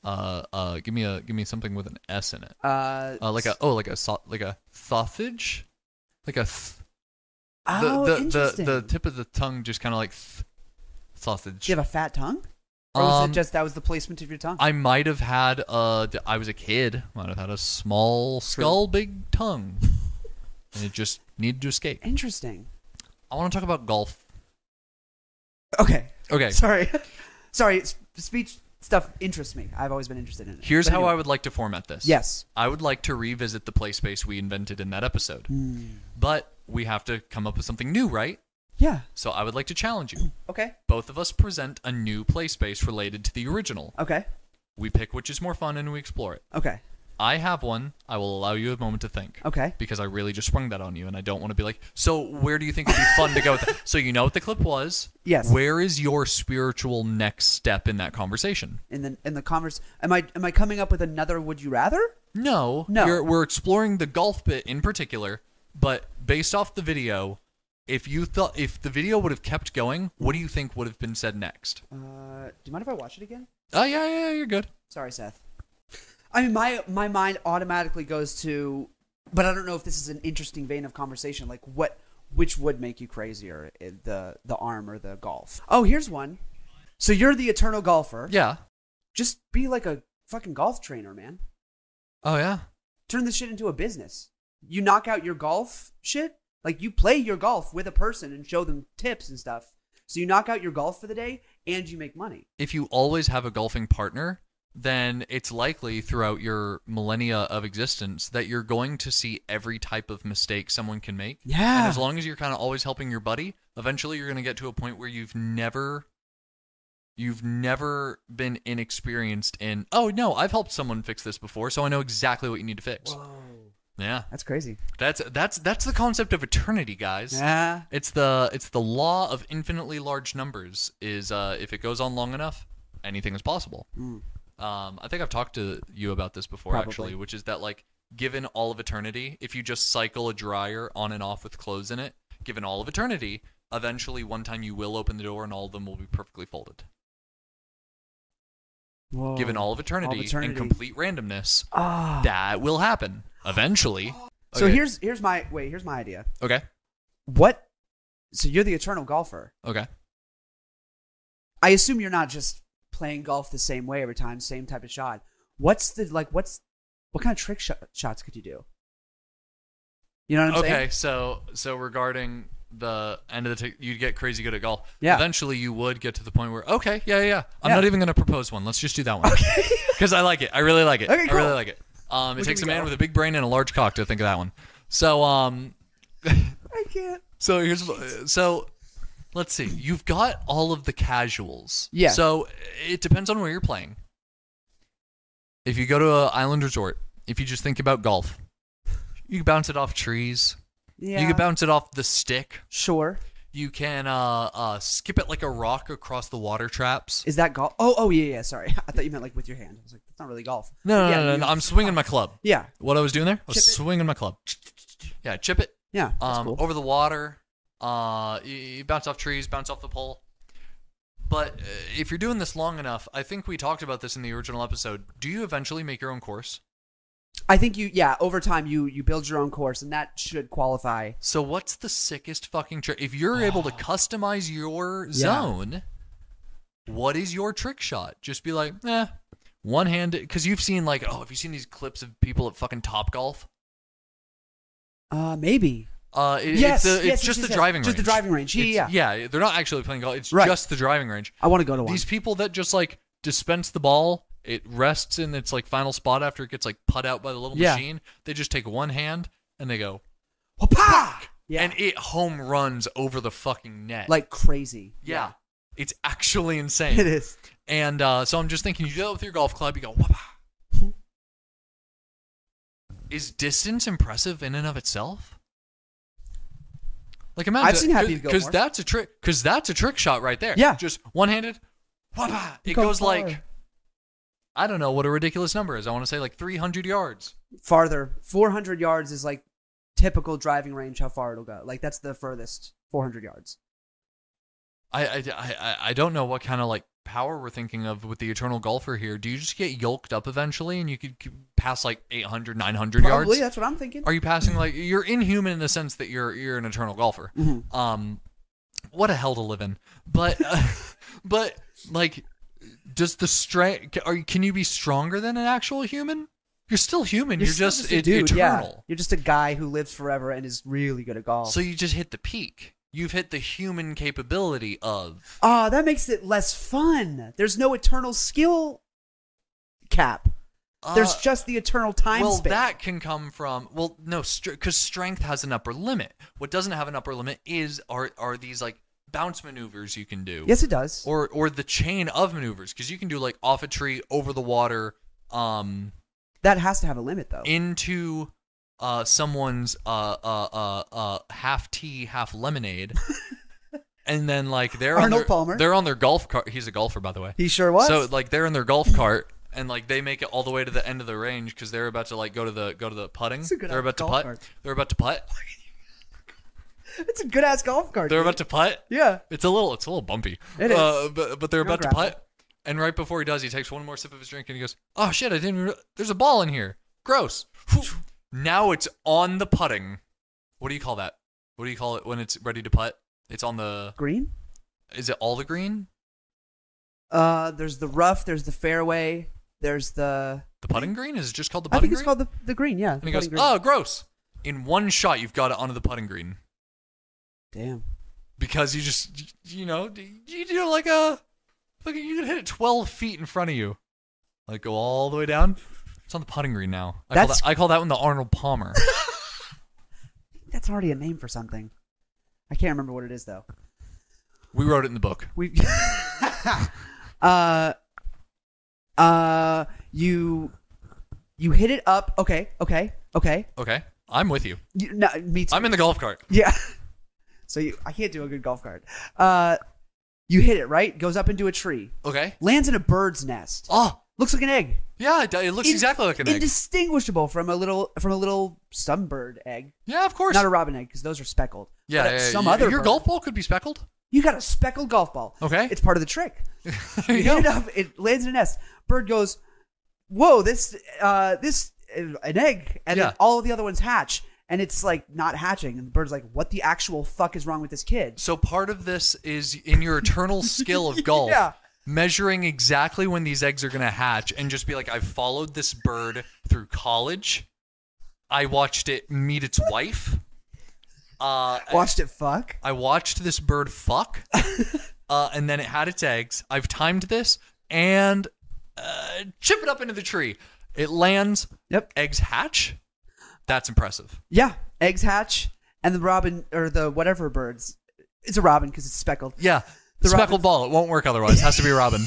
Speaker 2: uh uh give me a give me something with an S in it.
Speaker 1: Uh,
Speaker 2: Uh, like a oh like a so- like a thothage, like a th-
Speaker 1: oh,
Speaker 2: the, the the
Speaker 1: interesting.
Speaker 2: the tip of the tongue just kind of like th- sausage.
Speaker 1: Do you have a fat tongue? Or was
Speaker 2: Um,
Speaker 1: it just that was the placement of your tongue?
Speaker 2: I might have had uh d- I was a kid might have had a small skull big tongue, and it just needed to escape.
Speaker 1: Interesting.
Speaker 2: I want to talk about golf.
Speaker 1: Okay.
Speaker 2: Okay,
Speaker 1: Sorry. Sorry. s- Speech stuff interests me. I've always been interested in it.
Speaker 2: here's
Speaker 1: But
Speaker 2: how
Speaker 1: anyway.
Speaker 2: I would like to format this.
Speaker 1: Yes.
Speaker 2: I would like to revisit the play space we invented in that episode.
Speaker 1: Mm.
Speaker 2: But we have to come up with something new, right?
Speaker 1: Yeah.
Speaker 2: So I would like to challenge you.
Speaker 1: Okay.
Speaker 2: Both of us present a new play space related to the original.
Speaker 1: Okay.
Speaker 2: We pick which is more fun and we explore it.
Speaker 1: Okay.
Speaker 2: I have one. I will allow you a moment to think.
Speaker 1: Okay.
Speaker 2: Because I really just sprung that on you and I don't want to be like, so where do you think would be fun to go with that? So you know what the clip was.
Speaker 1: Yes.
Speaker 2: Where is your spiritual next step in that conversation?
Speaker 1: In the in the converse, am I am I coming up with another? Would you rather?
Speaker 2: No,
Speaker 1: No.
Speaker 2: You're, we're exploring the golf bit in particular, But based off the video, if you thought if the video would have kept going, what do you think would have been said next?
Speaker 1: Uh, do you mind if I watch it again?
Speaker 2: Oh yeah, yeah, yeah, you're good.
Speaker 1: Sorry, Seth. I mean, my my mind automatically goes to, but I don't know if this is an interesting vein of conversation. Like, what which would make you crazier, i- the the arm or the golf? Oh, here's one. So you're the eternal golfer.
Speaker 2: Yeah.
Speaker 1: Just be like a fucking golf trainer, man.
Speaker 2: Oh yeah.
Speaker 1: Turn this shit into a business. You knock out your golf shit. Like you play your golf with a person and show them tips and stuff. So you knock out your golf for the day and you make money.
Speaker 2: If you always have a golfing partner, then it's likely throughout your millennia of existence that you're going to see every type of mistake someone can make.
Speaker 1: Yeah.
Speaker 2: And as long as you're kind of always helping your buddy, eventually you're going to get to a point where you've never you've never been inexperienced in, "Oh no, I've helped someone fix this before, so I know exactly what you need to fix."
Speaker 1: Whoa.
Speaker 2: Yeah.
Speaker 1: That's crazy.
Speaker 2: That's that's that's the concept of eternity, guys.
Speaker 1: Yeah.
Speaker 2: It's the it's the law of infinitely large numbers. Is uh, if it goes on long enough, anything is possible. Um, I think I've talked to you about this before,
Speaker 1: Probably.
Speaker 2: actually, which is that like given all of eternity, if you just cycle a dryer on and off with clothes in it, given all of eternity, eventually one time you will open the door and all of them will be perfectly folded.
Speaker 1: Whoa.
Speaker 2: given all of eternity,
Speaker 1: Oh, eternity.
Speaker 2: and complete randomness,
Speaker 4: 啊
Speaker 1: Ah.
Speaker 2: that will happen eventually.
Speaker 1: So
Speaker 2: Okay.
Speaker 1: here's here's my wait, here's my idea.
Speaker 2: okay,
Speaker 1: What so you're the eternal golfer.
Speaker 2: okay.
Speaker 1: I assume you're not just playing golf the same way every time, same type of shot. What's the like what's what kind of trick shot, shots could you do? You know what I'm
Speaker 2: okay,
Speaker 1: saying?
Speaker 2: so so regarding the end of the t- you'd get crazy good at golf.
Speaker 1: Yeah.
Speaker 2: Eventually you would get to the point where okay, yeah, yeah, yeah. I'm
Speaker 1: Yeah.
Speaker 2: not even going to propose one. Let's just do that one. Okay. Cuz I like it. I really like it.
Speaker 1: Okay,
Speaker 2: I
Speaker 1: cool.
Speaker 2: really like it. Um
Speaker 1: Look
Speaker 2: it
Speaker 1: at
Speaker 2: takes
Speaker 1: me
Speaker 2: a man
Speaker 1: go.
Speaker 2: with a big brain and a large cock to think of that one. So um
Speaker 1: I can't.
Speaker 2: so here's wh- so let's see. You've got all of the casuals.
Speaker 1: Yeah.
Speaker 2: So it depends on where you're playing. If you go to a island resort, if you just think about golf, you can bounce it off trees.
Speaker 1: Yeah.
Speaker 2: You can bounce it off the stick.
Speaker 1: Sure.
Speaker 2: You can uh, uh, skip it like a rock across the water traps.
Speaker 1: Is that golf? Oh, oh yeah, yeah. Sorry, I thought you meant like with your hand. I was like, that's not really golf.
Speaker 2: No, no,
Speaker 1: Yeah,
Speaker 2: no, no,
Speaker 1: you-
Speaker 2: no. I'm swinging my club.
Speaker 1: yeah,
Speaker 2: What I was doing there? I was
Speaker 1: Chip it.
Speaker 2: swinging my club. Yeah, chip it
Speaker 1: yeah. That's
Speaker 2: um,
Speaker 1: cool.
Speaker 2: over the water. Uh, you, you bounce off trees, bounce off the pole. But uh, if you're doing this long enough, I think we talked about this in the original episode. Do you eventually make your own course?
Speaker 1: I think you, yeah. Over time, you you build your own course, and that should qualify.
Speaker 2: So what's the sickest fucking trick? If you're able to customize your zone, what is your trick shot? Just be like, eh, one handed. Because you've seen like, oh, have you seen these clips of people at fucking Top Golf?
Speaker 1: Uh, maybe.
Speaker 2: Uh, it-
Speaker 1: yes,
Speaker 2: it's, the,
Speaker 1: yes,
Speaker 2: it's just
Speaker 1: yes,
Speaker 2: the
Speaker 1: yes.
Speaker 2: driving
Speaker 1: Just
Speaker 2: range.
Speaker 1: the driving range. Yeah,
Speaker 2: It's-
Speaker 1: yeah.
Speaker 2: they're not actually playing golf. It's
Speaker 1: Right.
Speaker 2: just the driving range.
Speaker 1: I want to go to one.
Speaker 2: These people that just like dispense the ball, it rests in its like final spot after it gets like put out by the little
Speaker 1: Yeah.
Speaker 2: machine. They just take one hand and they go,
Speaker 1: Wha-pa! Yeah,
Speaker 2: and it home runs over the fucking net.
Speaker 1: like crazy.
Speaker 2: Yeah. It's actually
Speaker 1: Yeah.
Speaker 2: insane.
Speaker 1: it is.
Speaker 2: And uh, so I'm just thinking, you do that with your golf club, you go, whoop. Is distance impressive in and of itself? Like imagine
Speaker 1: I've seen Happy
Speaker 2: because
Speaker 1: Gilmore.
Speaker 2: that's a trick because that's a trick shot right there.
Speaker 1: Yeah.
Speaker 2: just one handed, whoop. It
Speaker 1: Go
Speaker 2: goes
Speaker 1: far.
Speaker 2: like I don't know what a ridiculous number is. I want to say like 300 yards.
Speaker 1: Farther, 400 yards is like typical driving range. How far it'll go? Like that's the furthest 400 yards.
Speaker 2: I I, I, I- I don't know what kind of like power we're thinking of with the eternal golfer here. Do you just get yoked up eventually and you could c- pass like 800, 900
Speaker 1: Probably.
Speaker 2: yards?
Speaker 1: That's what I'm thinking.
Speaker 2: Are you passing like you're inhuman in the sense that you're you're an eternal golfer?
Speaker 1: Mhm.
Speaker 2: Um, what a hell to live in. But uh, but like, does the strength? Are you can you be stronger than an actual human? You're still human. You're,
Speaker 1: still
Speaker 2: just,
Speaker 1: a
Speaker 2: e-
Speaker 1: dude, yeah.
Speaker 2: eternal.
Speaker 1: You're just a guy who lives forever and is really good at golf.
Speaker 2: So you just hit the peak. You've hit the human capability of.
Speaker 1: Ah, that makes it less fun. There's no eternal skill cap. There's
Speaker 2: Uh,
Speaker 1: just the eternal time
Speaker 2: well,
Speaker 1: span.
Speaker 2: that can come from well, no, because strength has an upper limit. What doesn't have an upper limit is are are these like bounce maneuvers you can do.
Speaker 1: yes, it does.
Speaker 2: or or the chain of maneuvers because you can do like off a tree over the water um
Speaker 1: that has to have a limit, though.
Speaker 2: into uh someone's uh uh uh, uh half tea half lemonade and then like they're on
Speaker 1: Arnold
Speaker 2: their,
Speaker 1: Palmer.
Speaker 2: they're on their golf cart he's a golfer by the way
Speaker 1: he sure was.
Speaker 2: so like they're in their golf cart and like they make it all the way to the end of the range because they're about to like go to the go to the putting
Speaker 1: That's a good
Speaker 2: they're about to
Speaker 1: golf
Speaker 2: putt
Speaker 1: cart.
Speaker 2: they're about to putt
Speaker 1: It's a good ass golf cart.
Speaker 2: They're
Speaker 1: dude.
Speaker 2: about to putt.
Speaker 1: yeah.
Speaker 2: It's a little, it's a little bumpy.
Speaker 1: It
Speaker 2: Uh,
Speaker 1: is.
Speaker 2: but, but they're
Speaker 1: No
Speaker 2: about to
Speaker 1: gravel.
Speaker 2: putt, and right before he does, he takes one more sip of his drink and he goes, "Oh shit! I didn't. Even, re- there's a ball in here. Gross." Whew. now it's on the putting. What do you call that? What do you call it when it's ready to putt? It's on the.
Speaker 1: Green?
Speaker 2: Is it all the green?
Speaker 1: Uh, there's the rough. There's the fairway. There's the.
Speaker 2: The putting green is it just called the
Speaker 1: Hmm? I
Speaker 2: putting
Speaker 1: think
Speaker 2: green?
Speaker 1: it's called the, the green. Yeah.
Speaker 2: and
Speaker 1: the
Speaker 2: he goes,
Speaker 1: putting green.
Speaker 2: "Oh, gross!" In one shot, you've got it onto the putting green "Oh!"
Speaker 1: damn.
Speaker 2: because you just, you know, you do like a, like you could hit it twelve feet in front of you, like go all the way down. It's on the putting green now. I, call
Speaker 1: That's-
Speaker 2: that, I call that one the Arnold Palmer.
Speaker 1: That's already a name for something. I can't remember what it is though.
Speaker 2: we wrote it in the book.
Speaker 1: We. uh. Uh. You. You hit it up. Okay. Okay. Okay.
Speaker 2: Okay, I'm with you.
Speaker 1: You, no, me too.
Speaker 2: I'm in the golf cart.
Speaker 1: Yeah. So you, I can't do a good golf cart. Uh, you hit it right. Goes up into a tree.
Speaker 2: Okay.
Speaker 1: Lands in a bird's nest.
Speaker 2: Oh,
Speaker 1: Looks like an egg.
Speaker 2: yeah, it, it looks
Speaker 1: In-
Speaker 2: exactly like an egg.
Speaker 1: Indistinguishable from a little from a little sunbird egg.
Speaker 2: yeah, of course.
Speaker 1: Not a robin egg because those are speckled.
Speaker 2: yeah,
Speaker 1: But
Speaker 2: yeah,
Speaker 1: some
Speaker 2: yeah.
Speaker 1: other
Speaker 2: Your
Speaker 1: bird.
Speaker 2: golf ball could be speckled.
Speaker 1: You got a speckled golf ball.
Speaker 2: Okay.
Speaker 1: It's part of the trick.
Speaker 2: There
Speaker 1: you
Speaker 2: you
Speaker 1: hit it
Speaker 2: go.
Speaker 1: up. It lands in a nest. Bird goes, "Whoa, this uh this uh, an egg." And
Speaker 2: Yeah.
Speaker 1: then all of the other ones hatch, and it's like not hatching. And the bird's like, "What the actual fuck is wrong with this kid?"
Speaker 2: So part of this is in your eternal skill of golf,
Speaker 1: Yeah.
Speaker 2: measuring exactly when these eggs are going to hatch and just be like, I've followed this bird through college. I watched it meet its wife. Uh,
Speaker 1: Watched it fuck.
Speaker 2: I watched this bird fuck, uh, and then it had its eggs. I've timed this and uh, chip it up into the tree. It lands,
Speaker 1: Yep.
Speaker 2: eggs hatch. That's impressive.
Speaker 1: Yeah. Eggs hatch, and the robin or the whatever birds. It's a robin because it's speckled.
Speaker 2: Yeah,
Speaker 1: The robin-
Speaker 2: speckled ball. It won't work otherwise. Has to be a robin.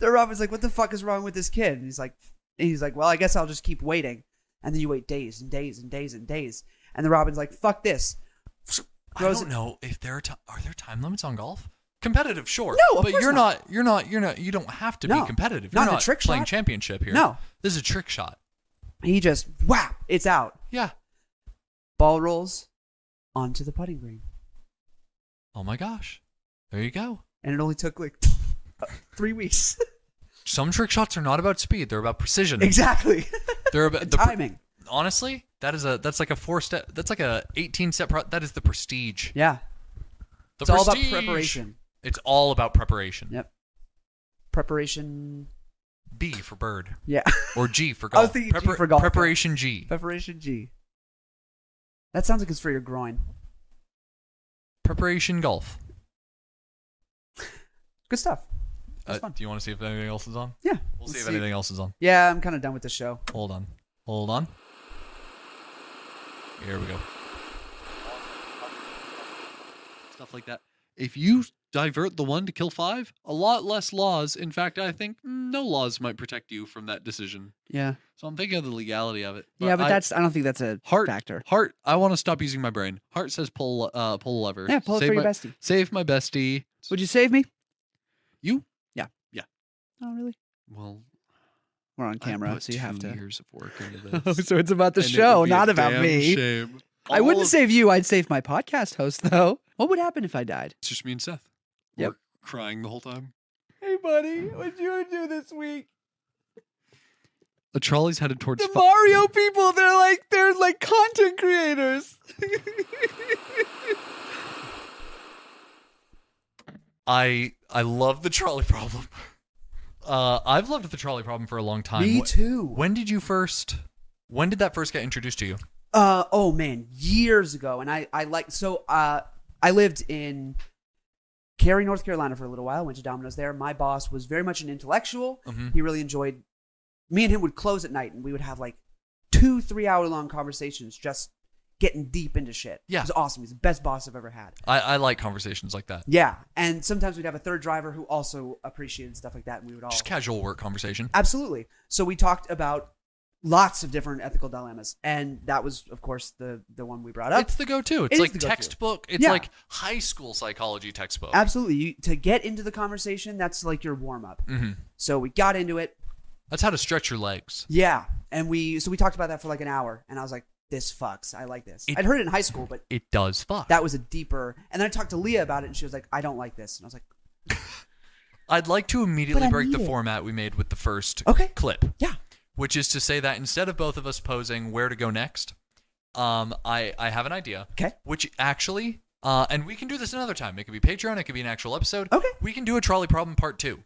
Speaker 1: The robin's like, "What the fuck is wrong with this kid?" And he's like, and he's like, "Well, I guess I'll just keep waiting." And then you wait days and days and days and days, and the robin's like, "Fuck this."
Speaker 2: I
Speaker 1: Throws
Speaker 2: don't
Speaker 1: it-
Speaker 2: know if there are ti are there time limits on golf. Competitive, sure.
Speaker 1: No, of
Speaker 2: but
Speaker 1: course
Speaker 2: you're
Speaker 1: not.
Speaker 2: not. You're not. You're not. You don't have to
Speaker 1: No,
Speaker 2: be competitive.
Speaker 1: not
Speaker 2: You're
Speaker 1: in a
Speaker 2: not
Speaker 1: trick
Speaker 2: playing
Speaker 1: shot.
Speaker 2: championship here.
Speaker 1: No.
Speaker 2: this is a trick shot.
Speaker 1: He just whap, it's out.
Speaker 2: Yeah.
Speaker 1: Ball rolls onto the putting green,
Speaker 2: Oh my gosh. There you go.
Speaker 1: and it only took like three weeks.
Speaker 2: Some trick shots are not about speed. They're about precision.
Speaker 1: exactly.
Speaker 2: They're about the pre-
Speaker 1: Timing.
Speaker 2: honestly, that is a that's like a four step. That's like a eighteen step. Pro- that is the prestige.
Speaker 1: Yeah.
Speaker 2: The
Speaker 1: it's all about
Speaker 2: prestige.
Speaker 1: preparation.
Speaker 2: It's all about preparation.
Speaker 1: Yep. Preparation.
Speaker 2: B for bird
Speaker 1: Yeah.
Speaker 2: or G for golf.
Speaker 1: I was thinking G for golf, yeah.
Speaker 2: Preparation G.
Speaker 1: Preparation G. That sounds like it's for your groin.
Speaker 2: Preparation golf.
Speaker 1: Good stuff. That's
Speaker 2: Uh,
Speaker 1: fun.
Speaker 2: do you want to see if anything else is on?
Speaker 1: Yeah.
Speaker 2: We'll
Speaker 1: let's
Speaker 2: see if anything else is on.
Speaker 1: Yeah, I'm kind of done with the show.
Speaker 2: Hold on. Hold on. Here we go. Stuff like that. If you divert the one to kill five, a lot less laws. In fact, I think no laws might protect you from that decision.
Speaker 1: Yeah.
Speaker 2: So I'm thinking of the legality of it.
Speaker 1: yeah, but
Speaker 2: I-
Speaker 1: that's I don't think that's a
Speaker 2: Hart
Speaker 1: factor.
Speaker 2: Hart. I want to stop using my brain. Hart says pull uh pull a lever.
Speaker 1: Yeah, pull it
Speaker 2: save
Speaker 1: for your
Speaker 2: my,
Speaker 1: bestie.
Speaker 2: Save my bestie.
Speaker 1: Would you save me?
Speaker 2: You?
Speaker 1: Oh, really?
Speaker 2: Well,
Speaker 1: We're on
Speaker 2: I
Speaker 1: camera,
Speaker 2: put
Speaker 1: so you have
Speaker 2: two
Speaker 1: to.
Speaker 2: Years of work into this.
Speaker 1: Oh, so it's about the
Speaker 2: and it would
Speaker 1: show,
Speaker 2: be a
Speaker 1: not about
Speaker 2: damn
Speaker 1: me.
Speaker 2: Shame.
Speaker 1: I wouldn't
Speaker 2: All of-
Speaker 1: save you. I'd save my podcast host, though. What would happen if I died?
Speaker 2: It's just me and Seth.
Speaker 1: Yep.
Speaker 2: We're crying the whole time.
Speaker 1: Hey, buddy, what'd you do this week?
Speaker 2: A trolley's headed towards.
Speaker 1: The
Speaker 2: Fi-
Speaker 1: Mario people, they're like they're like content creators.
Speaker 2: I I love the trolley problem. Uh, I've loved the trolley problem for a long time. Wh-
Speaker 1: too.
Speaker 2: When did you first? When did that first get introduced to you?
Speaker 1: Uh oh man, years ago, and I I like so uh I lived in Cary, North Carolina for a little while. Went to Domino's there. My boss was very much an intellectual.
Speaker 2: Mhm.
Speaker 1: He really enjoyed. Me and him would close at night, and we would have like two three hour long conversations just getting deep into shit.
Speaker 2: Yeah.
Speaker 1: it was awesome. He's the best boss I've ever had.
Speaker 2: I, I like conversations like that.
Speaker 1: Yeah, and sometimes we'd have a third driver who also appreciated stuff like that, and we would all
Speaker 2: Just casual work conversation.
Speaker 1: Absolutely. So we talked about lots of different ethical dilemmas, and that was, of course, the the one we brought up.
Speaker 2: It's the go-to.
Speaker 1: It
Speaker 2: It's
Speaker 1: is
Speaker 2: like
Speaker 1: the go-to.
Speaker 2: textbook. It's
Speaker 1: Yeah.
Speaker 2: like high school psychology textbook.
Speaker 1: Absolutely. You, to get into the conversation, that's like your warm up.
Speaker 2: hmm
Speaker 1: So we got into it.
Speaker 2: That's how to stretch your legs.
Speaker 1: Yeah, and we so we talked about that for like an hour, and I was like, this fucks. I like this.
Speaker 2: It-
Speaker 1: I'd heard it in high school, but
Speaker 2: It does fuck.
Speaker 1: that was a deeper. And then I talked to Leah about it, and she was like, I don't like this. And I was like,
Speaker 2: I'd like to immediately
Speaker 1: I
Speaker 2: break the
Speaker 1: need it.
Speaker 2: format we made with the first
Speaker 1: Okay.
Speaker 2: clip,
Speaker 1: Yeah.
Speaker 2: which is to say that instead of both of us posing where to go next, um, I, I have an idea.
Speaker 1: Okay.
Speaker 2: Which actually, uh, and we can do this another time. It could be Patreon, it could be an actual episode.
Speaker 1: Okay.
Speaker 2: We can do a trolley problem part two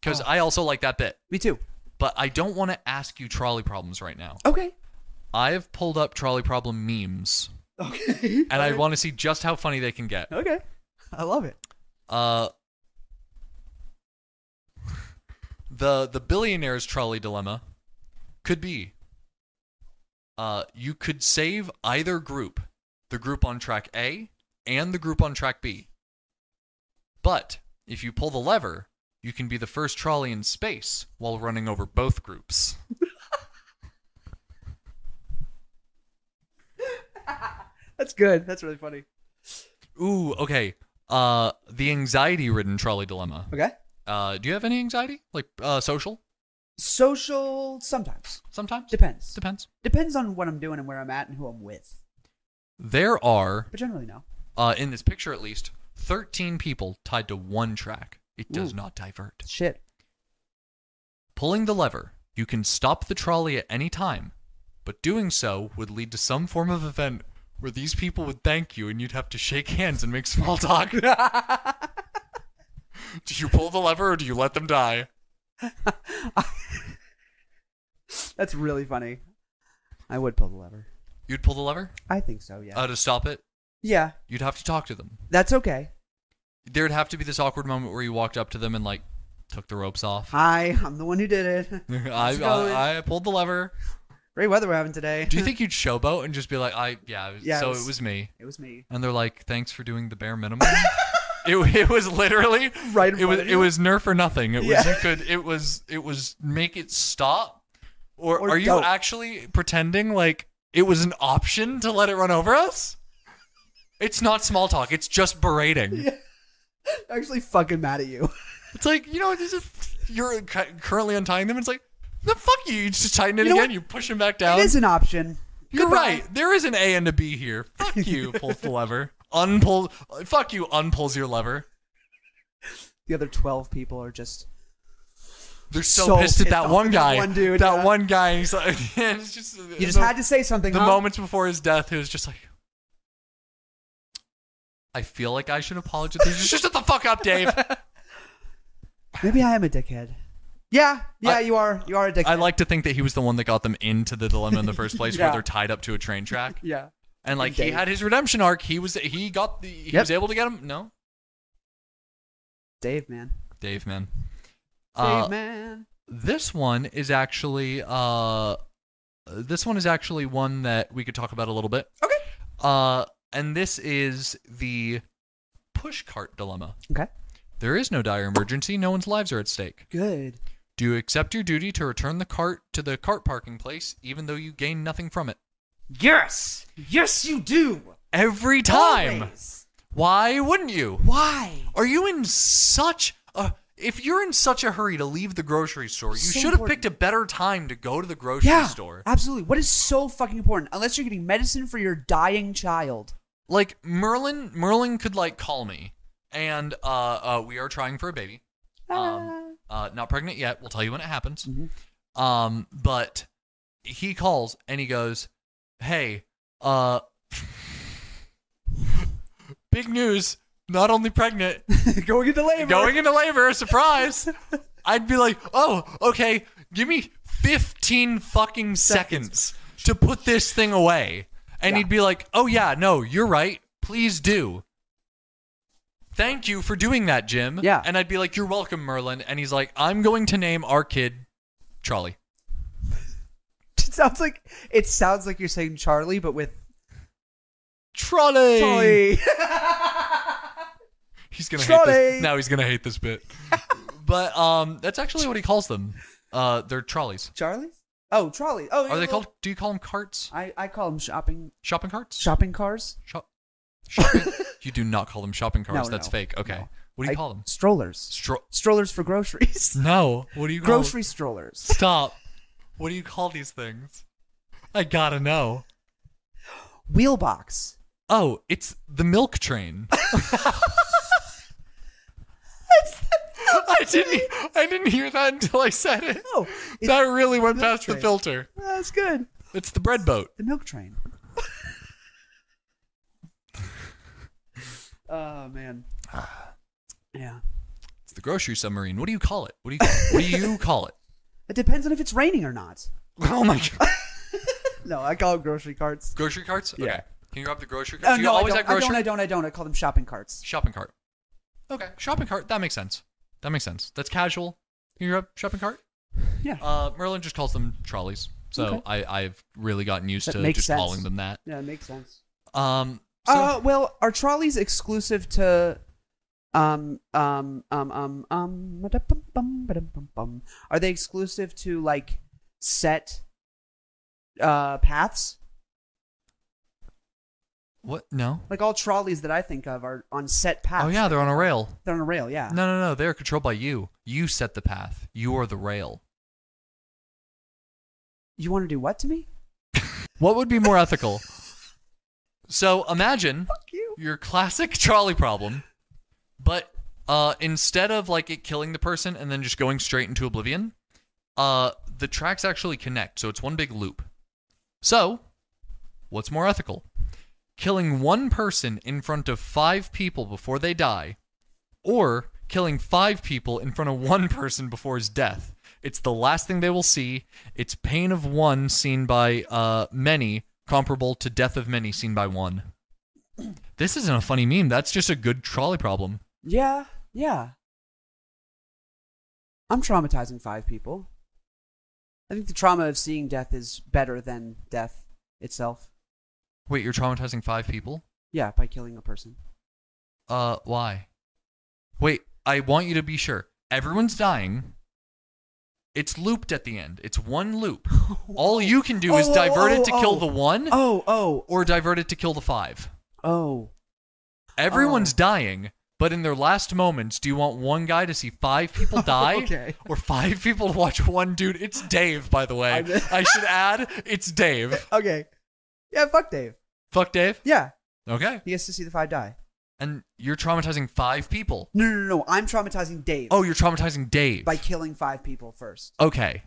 Speaker 2: because
Speaker 1: Oh.
Speaker 2: I also like that bit,
Speaker 1: Me too.
Speaker 2: but I don't want to ask you trolley problems right now.
Speaker 1: Okay.
Speaker 2: I've pulled up trolley problem memes
Speaker 1: Okay.
Speaker 2: and I want to see just how funny they can get.
Speaker 1: Okay. I love it.
Speaker 2: Uh, the the billionaire's trolley dilemma could be uh, you could save either group, the group on track A and the group on track B. But if you pull the lever, you can be the first trolley in space while running over both groups.
Speaker 1: That's good. That's really funny.
Speaker 2: Ooh, okay. Uh, the anxiety-ridden trolley dilemma.
Speaker 1: Okay.
Speaker 2: Uh, do you have any anxiety, like uh, social?
Speaker 1: Social sometimes
Speaker 2: Sometimes
Speaker 1: depends.
Speaker 2: depends.
Speaker 1: Depends on what I'm doing and where I'm at and who I'm with.
Speaker 2: There are
Speaker 1: But generally, no.
Speaker 2: uh, in this picture at least, 13 people tied to one track. It does
Speaker 1: Ooh.
Speaker 2: not divert.
Speaker 1: Shit.
Speaker 2: Pulling the lever, you can stop the trolley at any time, but doing so would lead to some form of event where these people would thank you and you'd have to shake hands and make small talk. do you pull the lever or do you let them die?
Speaker 1: That's really funny. I would pull the lever.
Speaker 2: You'd pull the lever
Speaker 1: I think so. Yeah.
Speaker 2: uh, to stop it.
Speaker 1: yeah.
Speaker 2: You'd have to talk to them.
Speaker 1: That's okay.
Speaker 2: There'd have to be this awkward moment where you walked up to them and like took the ropes off.
Speaker 1: Hi, I'm the one who did it.
Speaker 2: I,
Speaker 1: going.
Speaker 2: I, I pulled the lever.
Speaker 1: Great weather we're having today.
Speaker 2: Do you think you'd showboat and just be like, I yeah,
Speaker 1: Yeah,
Speaker 2: so
Speaker 1: it was-
Speaker 2: it was, me?
Speaker 1: it was me?
Speaker 2: And they're like, thanks for doing the bare minimum. it, it was literally
Speaker 1: Right in
Speaker 2: It
Speaker 1: front
Speaker 2: was
Speaker 1: of
Speaker 2: it
Speaker 1: you.
Speaker 2: was nerf or nothing. It was
Speaker 1: Yeah.
Speaker 2: you could it was it was make it stop, or,
Speaker 1: Or
Speaker 2: are you
Speaker 1: don't.
Speaker 2: actually pretending like it was an option to let it run over us? It's not small talk. It's just berating.
Speaker 1: Actually, fucking mad at you.
Speaker 2: It's like you know this is, you're cu- currently untying them. It's like the fuck you. You just tighten it
Speaker 1: You know
Speaker 2: again.
Speaker 1: what?
Speaker 2: You push him back down.
Speaker 1: It is an option.
Speaker 2: You're
Speaker 1: Goodbye.
Speaker 2: right. There is an A and a B here. Fuck you, pulls the lever. Unpull. uh, Fuck you, unpulls your lever.
Speaker 1: The other twelve people are just
Speaker 2: They're so,
Speaker 1: So
Speaker 2: pissed at
Speaker 1: pissed
Speaker 2: that
Speaker 1: off
Speaker 2: one
Speaker 1: at that
Speaker 2: guy.
Speaker 1: one dude,
Speaker 2: That
Speaker 1: yeah.
Speaker 2: one guy. He's like, and it's just.
Speaker 1: you just
Speaker 2: the,
Speaker 1: had to say something.
Speaker 2: The
Speaker 1: huh?
Speaker 2: moments before his death, he was just like, I feel like I should apologize. He's just, just shut the fuck up, Dave.
Speaker 1: Maybe I am a dickhead. Yeah, yeah,
Speaker 2: I-
Speaker 1: you are. You are a dickhead.
Speaker 2: I like to think that he was the one that got them into the dilemma in the first place,
Speaker 1: Yeah.
Speaker 2: where they're tied up to a train track.
Speaker 1: Yeah.
Speaker 2: And like he
Speaker 1: Dave.
Speaker 2: had his redemption arc. He was he got the he
Speaker 1: Yep.
Speaker 2: was able to get him. No,
Speaker 1: Dave, man.
Speaker 2: Dave, man.
Speaker 1: Dave,
Speaker 2: Uh,
Speaker 1: man.
Speaker 2: this one is actually uh this one is actually one that we could talk about a little bit
Speaker 1: Okay.
Speaker 2: uh and this is the push cart dilemma
Speaker 1: Okay.
Speaker 2: there is no dire emergency no one's lives are at stake
Speaker 1: Good.
Speaker 2: do you accept your duty to return the cart to the cart parking place even though you gain nothing from it
Speaker 1: Yes. Yes, you do.
Speaker 2: every time
Speaker 1: Always.
Speaker 2: why wouldn't you
Speaker 1: Why?
Speaker 2: Are you in such a if you're in such a hurry to leave the grocery store, you
Speaker 1: So
Speaker 2: should have
Speaker 1: important.
Speaker 2: picked a better time to go to the grocery
Speaker 1: yeah,
Speaker 2: store.
Speaker 1: Absolutely. What is so fucking important? Unless you're getting medicine for your dying child.
Speaker 2: Like Merlin Merlin could like call me and uh, uh we are trying for a baby. Um uh not pregnant yet. We'll tell you when it happens.
Speaker 1: Mhm.
Speaker 2: Um but he calls and he goes, "Hey, uh big news, not only pregnant,
Speaker 1: going into labor.
Speaker 2: going into labor, surprise. I'd be like, oh, okay, give me 15 fucking seconds, to put this thing away. And
Speaker 1: Yeah.
Speaker 2: he'd be like, oh, yeah, no, you're right. Please do. Thank you for doing that, Jim.
Speaker 1: Yeah.
Speaker 2: And I'd be like, you're welcome, Merlin. And he's like, I'm going to name our kid Charlie.
Speaker 1: It sounds like it sounds like you're saying Charlie, but with
Speaker 2: Trolley.
Speaker 1: Charlie.
Speaker 2: He's gonna hate
Speaker 1: Trolley.
Speaker 2: this. Now he's gonna hate this bit. but um, that's actually what he calls them. Uh, they're trolleys.
Speaker 1: Charlie's? Oh, trolley. Oh,
Speaker 2: Are
Speaker 1: yeah,
Speaker 2: they called?
Speaker 1: well,
Speaker 2: Do you call them carts?
Speaker 1: I I call them shopping
Speaker 2: Shopping carts?
Speaker 1: shopping cars.
Speaker 2: Shop, shopping. you do not call them shopping carts.
Speaker 1: No,
Speaker 2: That's
Speaker 1: no,
Speaker 2: fake. Okay.
Speaker 1: no.
Speaker 2: What do you
Speaker 1: I-
Speaker 2: call them?
Speaker 1: Strollers.
Speaker 2: Stro-
Speaker 1: Strollers for groceries.
Speaker 2: no. What do you call
Speaker 1: Grocery strollers.
Speaker 2: Stop. What do you call these things? I gotta know.
Speaker 1: Wheelbox.
Speaker 2: Oh, it's the milk train. I didn't. I didn't hear that until I said it.
Speaker 1: Oh, it's
Speaker 2: that really went
Speaker 1: milk
Speaker 2: past the
Speaker 1: train.
Speaker 2: filter.
Speaker 1: That's good.
Speaker 2: It's the bread boat.
Speaker 1: The milk train. oh man. Yeah.
Speaker 2: It's the grocery submarine. What do you call it? What do you? Call it? What do you call it?
Speaker 1: It depends on if it's raining or not.
Speaker 2: Oh my god.
Speaker 1: No, I call them grocery carts.
Speaker 2: Grocery carts. Okay.
Speaker 1: Yeah.
Speaker 2: Can you grab the grocery carts?
Speaker 1: Oh,
Speaker 2: you
Speaker 1: no, I
Speaker 2: always
Speaker 1: don't.
Speaker 2: have
Speaker 1: I
Speaker 2: grocery
Speaker 1: don't. I don't. I don't. I call them shopping carts.
Speaker 2: shopping cart. Okay, shopping cart. That makes sense. That makes sense. That's casual. Can you grab shopping cart?
Speaker 1: Yeah.
Speaker 2: Uh, Merlin just calls them trolleys. So
Speaker 1: Okay.
Speaker 2: I, I've really gotten used
Speaker 1: That
Speaker 2: to
Speaker 1: makes
Speaker 2: just
Speaker 1: sense.
Speaker 2: calling them that.
Speaker 1: Yeah, it makes sense.
Speaker 2: Um, so
Speaker 1: uh, well, are trolleys exclusive to? Um, um, um, um, um. ba-da-bum, bum, ba-dum-bum, bum. Are they exclusive to like set uh paths?
Speaker 2: what? No.
Speaker 1: Like all trolleys that I think of are on set paths.
Speaker 2: Oh yeah, they're on a rail.
Speaker 1: they're on a rail. Yeah.
Speaker 2: No, no, no. They're controlled by you. You set the path. You are the rail.
Speaker 1: You want to do what to me?
Speaker 2: What would be more ethical? So imagine
Speaker 1: Fuck you.
Speaker 2: your classic trolley problem, but uh, instead of like it killing the person and then just going straight into oblivion, uh, the tracks actually connect, so it's one big loop. So, what's more ethical? Killing one person in front of five people before they die, or killing five people in front of one person before his death. It's the last thing they will see. It's pain of one seen by uh, many, comparable to death of many seen by one. This isn't a funny meme. That's just a good trolley problem.
Speaker 1: Yeah. Yeah. I'm traumatizing five people. I think the trauma of seeing death is better than death itself.
Speaker 2: Wait, you're traumatizing five people?
Speaker 1: Yeah, by killing a person.
Speaker 2: Uh, why? Wait, I want you to be sure. Everyone's dying. It's looped at the end. It's one loop. All you can do is
Speaker 1: Oh,
Speaker 2: divert
Speaker 1: oh,
Speaker 2: it to kill
Speaker 1: oh.
Speaker 2: the one
Speaker 1: Oh, oh,
Speaker 2: or divert it to kill the five.
Speaker 1: oh.
Speaker 2: Everyone's
Speaker 1: Oh.
Speaker 2: dying, but in their last moments, do you want one guy to see five people die
Speaker 1: Okay.
Speaker 2: or five people to watch one dude? It's Dave, by the way.
Speaker 1: I'm-
Speaker 2: I should add, it's Dave.
Speaker 1: Okay. Yeah, fuck Dave.
Speaker 2: Fuck Dave.
Speaker 1: Yeah.
Speaker 2: Okay.
Speaker 1: He has to see the five die.
Speaker 2: And you're traumatizing five people.
Speaker 1: No, no, no, no. I'm traumatizing Dave
Speaker 2: Oh, you're traumatizing Dave.
Speaker 1: by killing five people first.
Speaker 2: okay.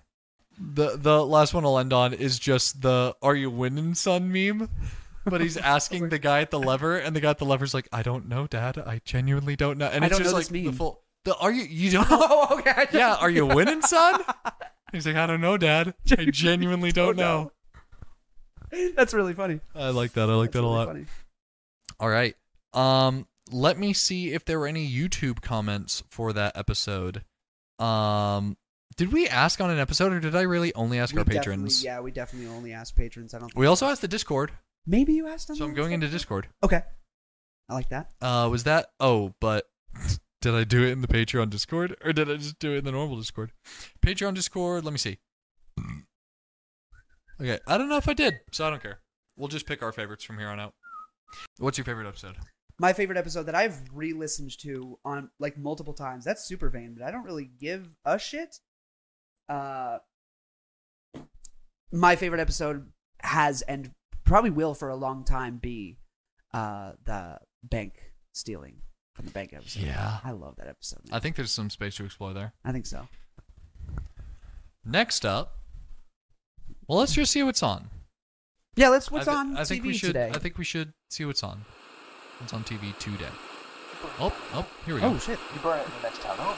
Speaker 2: The the last one I'll end on is just the "Are you winning, son?" meme. But he's asking the guy at the lever, and the guy at the lever's like, "I don't know, Dad. I genuinely don't know." And
Speaker 1: I
Speaker 2: it's
Speaker 1: don't
Speaker 2: just
Speaker 1: know
Speaker 2: like
Speaker 1: this
Speaker 2: the
Speaker 1: meme.
Speaker 2: full. The are you you don't
Speaker 1: oh, okay. I
Speaker 2: yeah are you winning, son? He's like, "I don't know, Dad. I genuinely don't know."
Speaker 1: That's really funny.
Speaker 2: I like that. I like
Speaker 1: That's
Speaker 2: that a
Speaker 1: really
Speaker 2: lot.
Speaker 1: funny.
Speaker 2: All right. Um, let me see if there were any YouTube comments for that episode. Um, did we ask on an episode, or did I really only ask
Speaker 1: We
Speaker 2: our
Speaker 1: definitely-
Speaker 2: patrons?
Speaker 1: Yeah, we definitely only ask patrons. I don't.
Speaker 2: We also asked the Discord,
Speaker 1: Maybe you asked them.
Speaker 2: so I'm
Speaker 1: that?
Speaker 2: going into Discord.
Speaker 1: Okay. I like that.
Speaker 2: Uh, was that? Oh, but did I do it in the Patreon Discord, or did I just do it in the normal Discord? Patreon Discord. Let me see. Okay, I don't know if I did, so I don't care. We'll just pick our favorites from here on out. What's your favorite episode?
Speaker 1: My favorite episode that I've re-listened to on like multiple times. That's super vain, but I don't really give a shit. Uh, my favorite episode has and probably will for a long time be uh the bank stealing from the bank episode.
Speaker 2: Yeah.
Speaker 1: I love that episode. man.
Speaker 2: I think there's some space to explore there.
Speaker 1: I think so.
Speaker 2: Next up, well, let's just see what's on.
Speaker 1: Yeah, let's. What's
Speaker 2: I thi-
Speaker 1: on
Speaker 2: I think
Speaker 1: TV
Speaker 2: we should,
Speaker 1: today?
Speaker 2: I think we should see what's on. What's on TV today? Oh, oh, here we go.
Speaker 1: oh shit! You brought it the next time.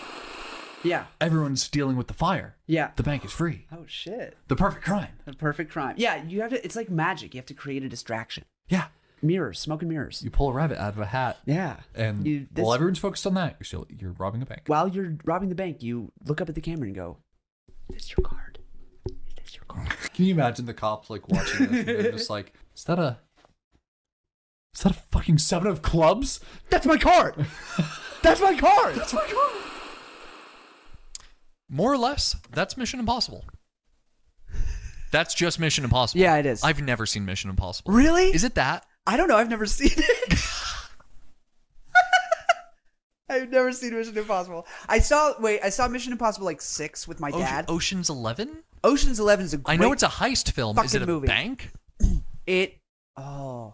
Speaker 1: Yeah.
Speaker 5: Everyone's dealing with the fire.
Speaker 1: Yeah.
Speaker 5: The bank is free.
Speaker 1: Oh shit.
Speaker 5: The perfect crime.
Speaker 1: The perfect crime. Yeah, you have to. It's like magic. You have to create a distraction.
Speaker 5: Yeah.
Speaker 1: Mirrors, smoke and mirrors.
Speaker 5: You pull a rabbit out of a hat,
Speaker 1: yeah.
Speaker 5: and
Speaker 1: You- this-
Speaker 5: while everyone's focused on that, you're still you're robbing a bank.
Speaker 1: while you're robbing the bank, you look up at the camera and go, "Is this your card? Is this your card?"
Speaker 5: Can you imagine the cops like watching this? And they're just like, is that a is that a fucking seven of clubs? That's my card. That's my card. That's my card.
Speaker 2: More or less, that's Mission Impossible. That's just Mission Impossible.
Speaker 1: Yeah, it is.
Speaker 2: I've never seen Mission Impossible.
Speaker 1: Really?
Speaker 2: Is it that?
Speaker 1: I don't know. I've never seen it. I've never seen Mission Impossible. I saw wait, I saw Mission Impossible like six with my
Speaker 2: Ocean-
Speaker 5: oh.
Speaker 1: dad.
Speaker 2: Ocean's Eleven?
Speaker 1: Ocean's Eleven is a great.
Speaker 2: I know it's a heist film. Is
Speaker 1: fucking
Speaker 2: it a
Speaker 1: movie.
Speaker 2: bank?
Speaker 1: it Oh,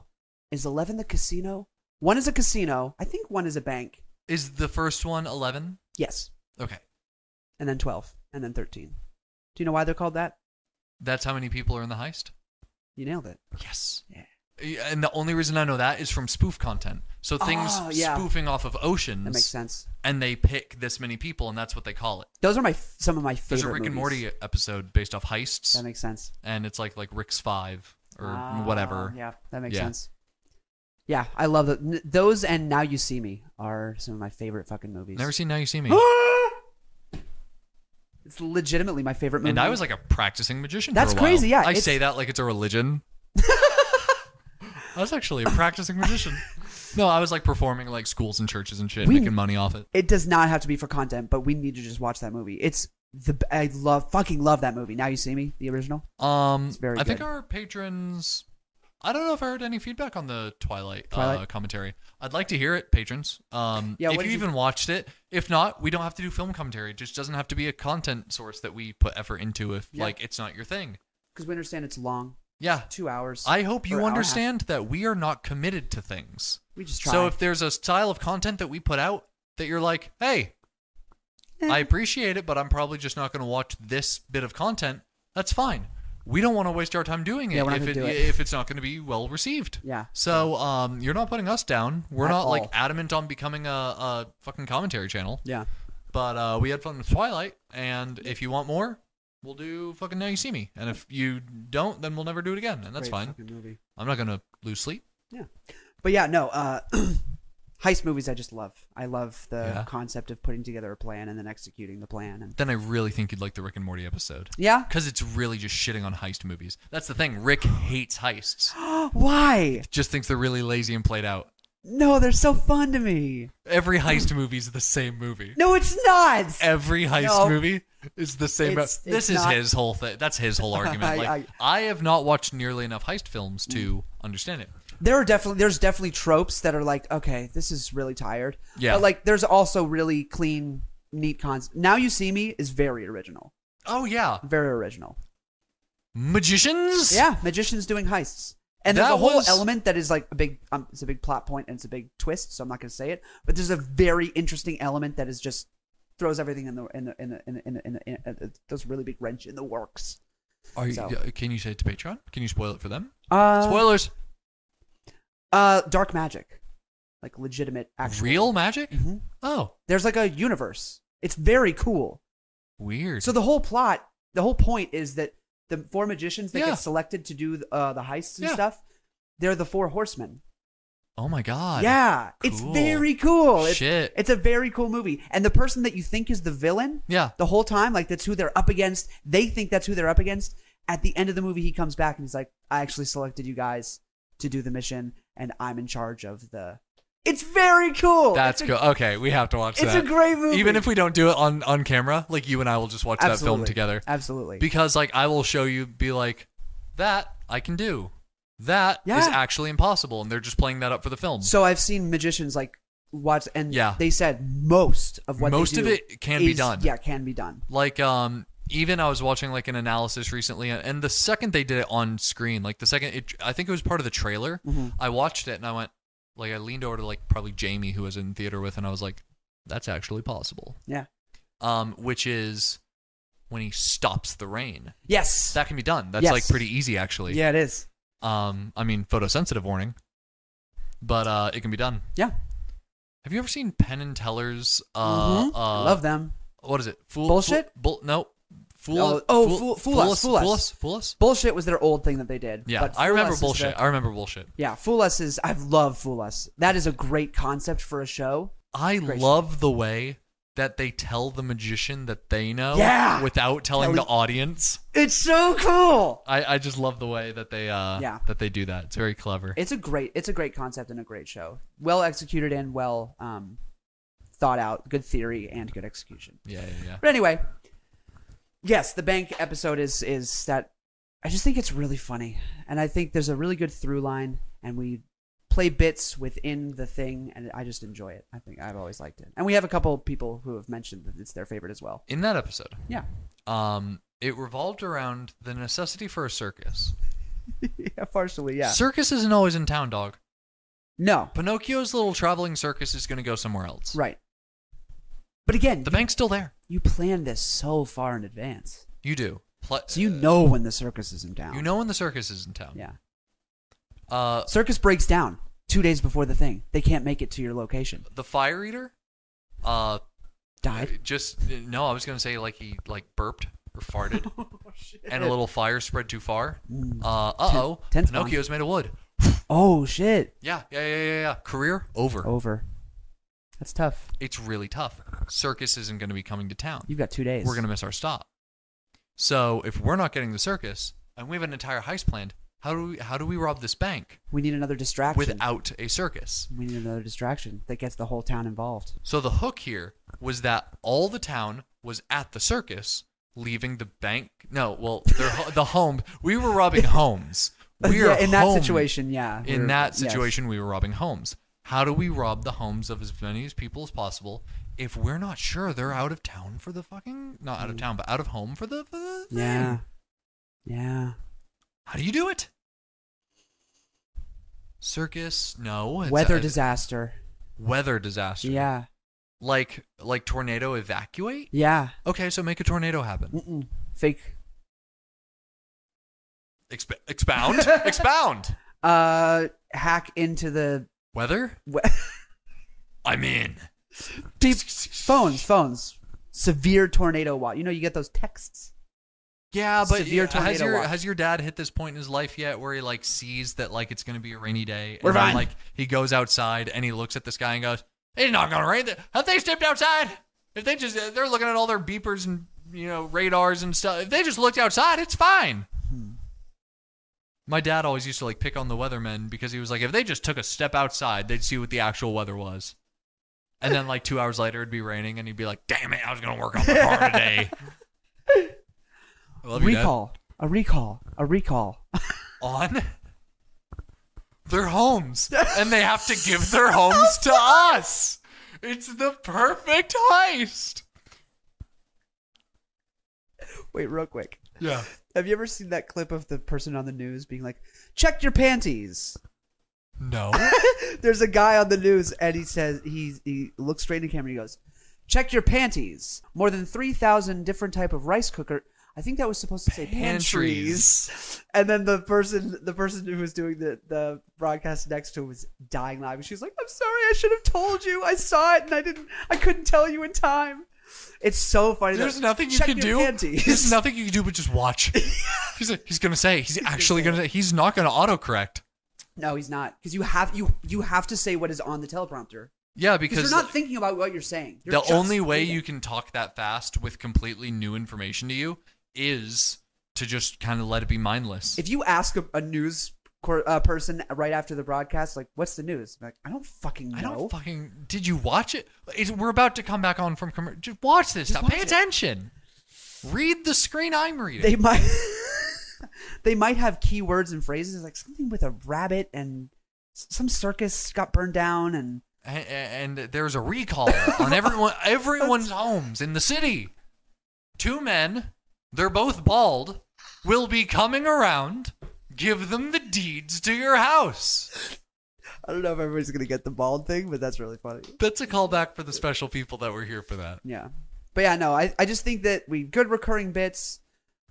Speaker 1: is eleven the casino? One is a casino. I think one is a bank.
Speaker 2: Is the first one 11?
Speaker 1: Yes,
Speaker 2: Okay.
Speaker 1: and then twelve, and then thirteen. Do you know why they're called that?
Speaker 2: That's how many people are in the heist?
Speaker 1: You nailed it.
Speaker 2: Yes.
Speaker 1: Yeah.
Speaker 2: And the only reason I know that is from spoof content. So things
Speaker 1: Oh, yeah.
Speaker 2: spoofing off of oceans.
Speaker 1: That makes sense.
Speaker 2: And they pick this many people, and that's what they call it.
Speaker 1: Those are my f- some of my favorite.
Speaker 2: There's a Rick and
Speaker 1: movies.
Speaker 2: Morty episode based off heists,
Speaker 1: That makes sense.
Speaker 2: and it's like like Rick's Five or
Speaker 1: Ah,
Speaker 2: whatever.
Speaker 1: Yeah, that makes
Speaker 2: Yeah.
Speaker 1: sense. Yeah, I love tho- n- those. And Now You See Me are some of my favorite fucking movies.
Speaker 2: Never seen Now You See Me.
Speaker 1: It's legitimately my favorite movie.
Speaker 2: and I was like a practicing magician.
Speaker 1: That's
Speaker 2: for a while.
Speaker 1: crazy, yeah,
Speaker 2: I
Speaker 1: it's-
Speaker 2: say that like it's a religion. I was actually a practicing magician. No, I was like performing like schools and churches and shit,
Speaker 1: We-
Speaker 2: making money off it.
Speaker 1: it does not have to be for content, but we need to just watch that movie. It's the b- I love fucking love that movie. Now You See Me, the original.
Speaker 2: Um,
Speaker 1: It's very
Speaker 2: I think
Speaker 1: good.
Speaker 2: our patrons. I don't know if I heard any feedback on the Twilight, Uh,
Speaker 1: Twilight?
Speaker 2: commentary. I'd like to hear it, patrons. Um,
Speaker 1: Yeah,
Speaker 2: if
Speaker 1: what
Speaker 2: you
Speaker 1: did you-
Speaker 2: even watched it, if not, we don't have to do film commentary. It just doesn't have to be a content source that we put effort into. If
Speaker 1: Yeah.
Speaker 2: like it's not your thing,
Speaker 1: Because we understand it's long,
Speaker 2: yeah.
Speaker 1: two hours.
Speaker 2: I hope
Speaker 1: or
Speaker 2: you
Speaker 1: hour and a half.
Speaker 2: understand that we are not committed to things.
Speaker 1: We just try.
Speaker 2: So if there's a style of content that we put out that you're like, hey,
Speaker 1: Eh.
Speaker 2: I appreciate it, but I'm probably just not going to watch this bit of content, that's fine. We don't want to waste our time doing it,
Speaker 1: Yeah, we're not
Speaker 2: if,
Speaker 1: gonna do it.
Speaker 2: if it's not going to be well received.
Speaker 1: Yeah.
Speaker 2: So um, you're not putting us down. We're
Speaker 1: At
Speaker 2: not like
Speaker 1: all.
Speaker 2: adamant on becoming a, a fucking commentary channel.
Speaker 1: yeah,
Speaker 2: But uh, we had fun with Twilight, and if you want more, we'll do fucking Now You See Me. And if you don't, then we'll never do it again, and that's
Speaker 1: Great
Speaker 2: fine.
Speaker 1: fucking movie.
Speaker 2: I'm not going to lose sleep.
Speaker 1: Yeah, but yeah, no. Uh, heist movies, I just love. I love the
Speaker 2: Yeah.
Speaker 1: concept of putting together a plan and then executing the plan. And
Speaker 2: Then I really think you'd like the Rick and Morty episode.
Speaker 1: yeah,
Speaker 2: Because it's really just shitting on heist movies. That's the thing. Rick hates heists.
Speaker 1: why?
Speaker 2: Just thinks they're really lazy and played out.
Speaker 1: No, they're so fun to me.
Speaker 2: Every heist movie is the same movie.
Speaker 1: No, it's not.
Speaker 2: Every heist
Speaker 1: No.
Speaker 2: movie is the same.
Speaker 1: It's-
Speaker 2: mo- this
Speaker 1: it's
Speaker 2: is
Speaker 1: not-
Speaker 2: his whole thing. That's his whole argument. Like,
Speaker 1: I- Mm.
Speaker 2: I, have not watched nearly enough heist films to understand it.
Speaker 1: There are definitely there's definitely tropes that are like, okay, this is really tired.
Speaker 2: Yeah.
Speaker 1: But like, there's also really clean, neat cons. Now you see me is very original,
Speaker 2: Oh yeah,
Speaker 1: very original.
Speaker 2: magicians.
Speaker 1: Yeah, magicians doing heists. And there's
Speaker 2: That
Speaker 1: a whole
Speaker 2: was-
Speaker 1: element that is like a big, um, it's a big plot point and it's a big twist. So I'm not going to say it, but there's a very interesting element that is just throws everything in the in the in the in the, in the, in the, in uh, the, those really big wrench in the works.
Speaker 2: Are you,
Speaker 1: So-
Speaker 2: yeah, Can you say it to Patreon? Can you spoil it for them?
Speaker 1: Uh,
Speaker 2: Spoilers.
Speaker 1: uh, dark magic, like legitimate, actual,
Speaker 2: Real magic.
Speaker 1: Mhm.
Speaker 2: Oh,
Speaker 1: There's like a universe. It's very cool.
Speaker 2: weird.
Speaker 1: So the whole plot, the whole point is that the four magicians that
Speaker 2: Yeah.
Speaker 1: get selected to do uh, the heists and
Speaker 2: Yeah.
Speaker 1: stuff, they're the four horsemen.
Speaker 2: oh my god.
Speaker 1: yeah, it's
Speaker 2: Cool.
Speaker 1: very cool. It's,
Speaker 2: Shit.
Speaker 1: it's a very cool movie. And the person that you think is the villain,
Speaker 2: Yeah.
Speaker 1: the whole time, like that's who they're up against. They think that's who they're up against. At the end of the movie, he comes back and he's like, "I actually selected you guys to do the mission, and I'm in charge of the." It's very cool.
Speaker 2: That's
Speaker 1: It's a-
Speaker 2: cool. Okay, we have to watch
Speaker 1: it's
Speaker 2: that.
Speaker 1: a great movie.
Speaker 2: Even if we don't do it on on camera, like you and I will just watch that film
Speaker 1: Absolutely.
Speaker 2: together
Speaker 1: Absolutely.
Speaker 2: because like I will show you be like that I can do. that is
Speaker 1: Yeah.
Speaker 2: actually impossible and they're just playing that up for the film.
Speaker 1: So I've seen magicians like watch and
Speaker 2: Yeah.
Speaker 1: they said most of what they
Speaker 2: Most of
Speaker 1: do
Speaker 2: it can be
Speaker 1: is-
Speaker 2: done.
Speaker 1: Yeah, can be done.
Speaker 2: like um even I was watching like an analysis recently and the second they did it on screen, like the second it, I think it was part of the trailer,
Speaker 1: Mm-hmm.
Speaker 2: I watched it and I went like I leaned over to like probably Jamie who I was in theater with and I was like that's actually possible.
Speaker 1: Yeah.
Speaker 2: Um which is when he stops the rain.
Speaker 1: Yes.
Speaker 2: That can be done. That's
Speaker 1: Yes.
Speaker 2: like pretty easy actually.
Speaker 1: yeah, it is.
Speaker 2: Um, I mean, photosensitive warning, but uh, it can be done.
Speaker 1: Yeah.
Speaker 2: Have you ever seen Penn and Teller's?
Speaker 1: Mhm.
Speaker 2: Uh, uh,
Speaker 1: I love them.
Speaker 2: What is it? Fool
Speaker 1: Bullshit?
Speaker 2: Fool, bull, no. Fool.
Speaker 1: No, oh, Fool- Fool Us, Fool Us.
Speaker 2: Fool us. Fool us.
Speaker 1: Bullshit was their old thing that they did.
Speaker 2: Yeah,
Speaker 1: but
Speaker 2: I
Speaker 1: Fool
Speaker 2: remember
Speaker 1: Us is
Speaker 2: bullshit.
Speaker 1: the-
Speaker 2: I remember bullshit.
Speaker 1: yeah, Fool Us is I love Fool Us. That is a great concept for a show.
Speaker 2: I
Speaker 1: Great.
Speaker 2: love the way that they tell the magician that they know
Speaker 1: Yeah.
Speaker 2: without telling
Speaker 1: Telling-
Speaker 2: the audience.
Speaker 1: It's so cool.
Speaker 2: I, I just love the way that they uh
Speaker 1: Yeah.
Speaker 2: that they do that. It's very clever.
Speaker 1: It's a great it's a great concept and a great show. Well executed and well um thought out, good theory and good execution.
Speaker 2: yeah, yeah, yeah.
Speaker 1: But anyway, yes, the bank episode is is that I just think it's really funny, and I think there's a really good through line, and we play bits within the thing, and I just enjoy it. I think I've always liked it, and we have a couple people who have mentioned that it's their favorite as well.
Speaker 2: In that episode,
Speaker 1: Yeah,
Speaker 2: um, it revolved around the necessity for a circus.
Speaker 1: yeah, partially, yeah.
Speaker 2: Circus isn't always in town, dog.
Speaker 1: no,
Speaker 2: Pinocchio's little traveling circus is going to go somewhere else.
Speaker 1: right. But again,
Speaker 2: The
Speaker 1: you,
Speaker 2: bank's still there.
Speaker 1: you plan this so far in advance,
Speaker 2: You do. Pl-
Speaker 1: so you know when the circus is in town.
Speaker 2: You know when the circus is in town.
Speaker 1: yeah.
Speaker 2: Uh,
Speaker 1: Circus breaks down two days before the thing. They can't make it to your location.
Speaker 2: the fire eater. Uh,
Speaker 1: Died.
Speaker 2: just no. I was going to say like he like burped or farted, and a little fire spread too far.
Speaker 1: Mm.
Speaker 2: Uh, uh oh.
Speaker 1: tense bond.
Speaker 2: Pinocchio's made of wood.
Speaker 1: Oh shit!
Speaker 2: Yeah, yeah, yeah, yeah, yeah. Career over.
Speaker 1: Over. That's tough.
Speaker 2: It's really tough. Circus isn't going to be coming to town.
Speaker 1: You've got two days.
Speaker 2: We're going to miss our stop. So if we're not getting the circus and we have an entire heist planned, how do we how do we rob this bank
Speaker 1: We need another distraction.
Speaker 2: without a circus?
Speaker 1: We need another distraction that gets the whole town involved.
Speaker 2: So the hook here was that all the town was at the circus, leaving the bank. No, well, their ho- the home. We were robbing homes. We're
Speaker 1: yeah, in that
Speaker 2: home-
Speaker 1: situation. Yeah.
Speaker 2: In
Speaker 1: we're-
Speaker 2: that
Speaker 1: yes.
Speaker 2: situation, we were robbing homes. How do we rob the homes of as many as people as possible if we're not sure they're out of town for the fucking not out of town but out of home for the, for the
Speaker 1: Mm.
Speaker 2: thing?
Speaker 1: Yeah. Yeah.
Speaker 2: How do you do it? Circus? No. it's
Speaker 1: Weather
Speaker 2: a-
Speaker 1: disaster.
Speaker 2: Weather Uh, disaster.
Speaker 1: Yeah.
Speaker 2: Like like tornado evacuate.
Speaker 1: Yeah.
Speaker 2: Okay, so make a tornado happen.
Speaker 1: Mm-mm. Fake.
Speaker 2: Exp- expound. expound.
Speaker 1: Uh, hack into the
Speaker 2: Weather.
Speaker 1: we-
Speaker 2: I'm in.
Speaker 1: Beep. phones. Phones. Severe tornado watch. You know, you get those texts.
Speaker 2: Yeah, but
Speaker 1: Severe
Speaker 2: has
Speaker 1: tornado
Speaker 2: your
Speaker 1: watch.
Speaker 2: has your dad hit this point in his life yet where he like sees that like it's gonna be a rainy day?
Speaker 1: We're
Speaker 2: and then,
Speaker 1: fine.
Speaker 2: Like he goes outside and he looks at the sky and goes, "It's not gonna rain. Have they stepped outside? If they just they're looking at all their beepers and you know radars and stuff. If they just looked outside, it's fine." My dad always used to like pick on the weathermen because he was like, if they just took a step outside, they'd see what the actual weather was. And then like two hours later, it'd be raining, and he'd be like, "Damn it, I was gonna work on my farm today." I love you, Dad
Speaker 1: recall. A recall. A recall.
Speaker 2: on their homes and they have to give their homes to us. It's the perfect heist.
Speaker 1: Wait, real quick.
Speaker 2: Yeah.
Speaker 1: Have you ever seen that clip of the person on the news being like, "Check your panties"?
Speaker 2: No.
Speaker 1: There's a guy on the news, and he says he he looks straight in the camera. And he goes, "Check your panties." More than three thousand different type of rice cooker. I think that was supposed to say pantries. And then the person the person who was doing the the broadcast next to him was dying laughing. She was like, "I'm sorry, I should have told you. I saw it, and I didn't. I couldn't tell you in time." It's so funny. though.
Speaker 2: There's nothing you
Speaker 1: Check
Speaker 2: can
Speaker 1: your
Speaker 2: do.
Speaker 1: Panties.
Speaker 2: There's nothing you can do but just watch. he's, like- he's gonna say. He's actually gonna. say- He's not gonna autocorrect.
Speaker 1: No, he's not. Because you have you you have to say what is on the teleprompter.
Speaker 2: Yeah,
Speaker 1: Because
Speaker 2: because
Speaker 1: you're not thinking about what you're saying. You're
Speaker 2: the
Speaker 1: just
Speaker 2: only way
Speaker 1: reading.
Speaker 2: you can talk that fast with completely new information to you is to just kind of let it be mindless.
Speaker 1: if you ask a, a news cor- uh, person right after the broadcast, like, "What's the news?" I'm like, I don't fucking know.
Speaker 2: I don't fucking. Did you watch it? It's, we're about to come back on from commercial. Just watch this.
Speaker 1: Just
Speaker 2: stuff. Pay
Speaker 1: watch it.
Speaker 2: attention. Read the screen I'm reading.
Speaker 1: they might they might have keywords and phrases like something with a rabbit and s- some circus got burned down and
Speaker 2: A- a- and, there's a recall on everyone everyone's homes in the city. Two men, they're both bald, will be coming around. Give them the deeds to your house.
Speaker 1: I don't know if everybody's gonna get the bald thing, but that's really funny.
Speaker 2: That's a callback for the special people that were here for that.
Speaker 1: Yeah. But yeah, no, I, I just think that we good recurring bits.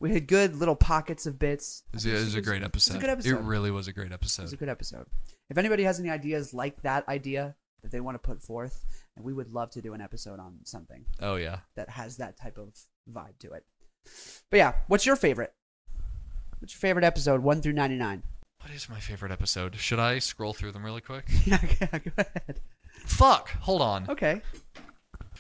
Speaker 1: We had good little pockets of bits.
Speaker 2: It was, it was a great episode.
Speaker 1: It was a good episode.
Speaker 2: It really was a great
Speaker 1: It was a
Speaker 2: episode.
Speaker 1: good episode. If anybody has any ideas like that idea that they want to put forth, and we would love to do an episode on something
Speaker 2: Oh yeah.
Speaker 1: that has that type of vibe to it. But yeah, what's your favorite? What's your favorite episode, one through ninety nine?
Speaker 2: What is my favorite episode? Should I scroll through them really quick?
Speaker 1: yeah, go ahead.
Speaker 2: Fuck. Hold on.
Speaker 1: Okay.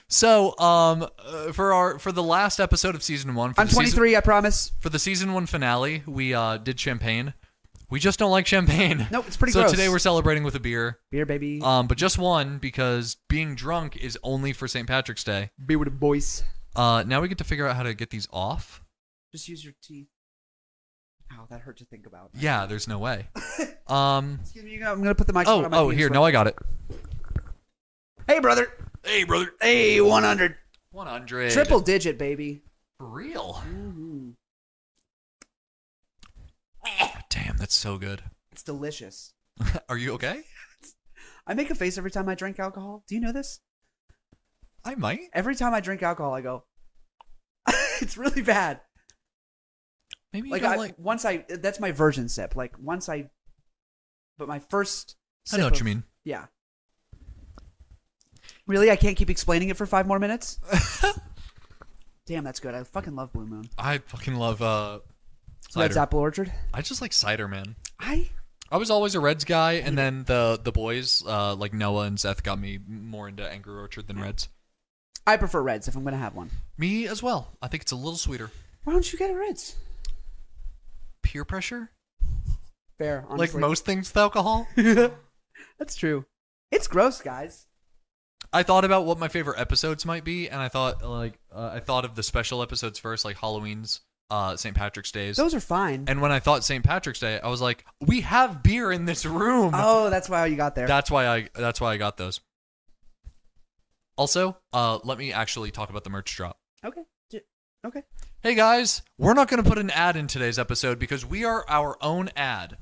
Speaker 2: So, um, uh, for our for the last episode of season one, for
Speaker 1: I'm
Speaker 2: the season-
Speaker 1: twenty three, I promise.
Speaker 2: for the season one finale, we uh, did champagne. We just don't like champagne.
Speaker 1: Nope, it's pretty
Speaker 2: So
Speaker 1: gross.
Speaker 2: today we're celebrating with a beer,
Speaker 1: Beer baby.
Speaker 2: um, but just one because being drunk is only for St. Patrick's Day.
Speaker 1: Beer with the boys.
Speaker 2: Uh, now we get to figure out how to get these off.
Speaker 1: Just use your teeth. Ow, that hurt to think about.
Speaker 2: Yeah, there's no way. Um,
Speaker 1: Excuse me, you know, I'm gonna put the microphone
Speaker 2: oh,
Speaker 1: on my
Speaker 2: oh,
Speaker 1: penis
Speaker 2: here,
Speaker 1: right
Speaker 2: no, I got it.
Speaker 1: Hey, brother.
Speaker 2: Hey, brother.
Speaker 1: Hey, 100.
Speaker 2: One hundred.
Speaker 1: Triple digit, baby.
Speaker 2: For real. Damn, that's so good.
Speaker 1: It's delicious.
Speaker 2: Are you okay?
Speaker 1: I make a face every time I drink alcohol. Do you know this?
Speaker 2: I might.
Speaker 1: Every time I drink alcohol, I go, it's really bad.
Speaker 2: Maybe you
Speaker 1: like,
Speaker 2: don't
Speaker 1: I,
Speaker 2: like.
Speaker 1: once I, that's my virgin sip. Like once I, but my first.
Speaker 2: I know
Speaker 1: sip
Speaker 2: what you
Speaker 1: of-
Speaker 2: mean.
Speaker 1: Yeah. Really, I can't keep explaining it for five more minutes. Damn, that's good. I fucking love Blue Moon.
Speaker 2: I fucking love uh,
Speaker 1: Red's
Speaker 2: cider.
Speaker 1: Apple Orchard.
Speaker 2: I just like cider, man.
Speaker 1: I
Speaker 2: I was always a Reds guy, and then the the boys, uh, like Noah and Seth, got me more into Angry Orchard than Reds.
Speaker 1: I prefer Reds if I'm gonna have one.
Speaker 2: Me as well. I think it's a little sweeter.
Speaker 1: Why don't you get a Reds?
Speaker 2: Peer pressure,
Speaker 1: Fair,
Speaker 2: like most things with alcohol.
Speaker 1: most. that's true. It's gross, guys.
Speaker 2: I thought about what my favorite episodes might be, and I thought like uh, I thought of the special episodes first, like Halloween's, uh, St. Patrick's Days.
Speaker 1: Those are fine.
Speaker 2: and when I thought St. Patrick's Day, I was like, we have beer in this room.
Speaker 1: Oh, that's why you got there.
Speaker 2: That's why I that's why I got those. Also, uh, let me actually talk about the merch drop.
Speaker 1: okay. J- Okay.
Speaker 2: Hey guys, we're not going to put an ad in today's episode because we are our own ad.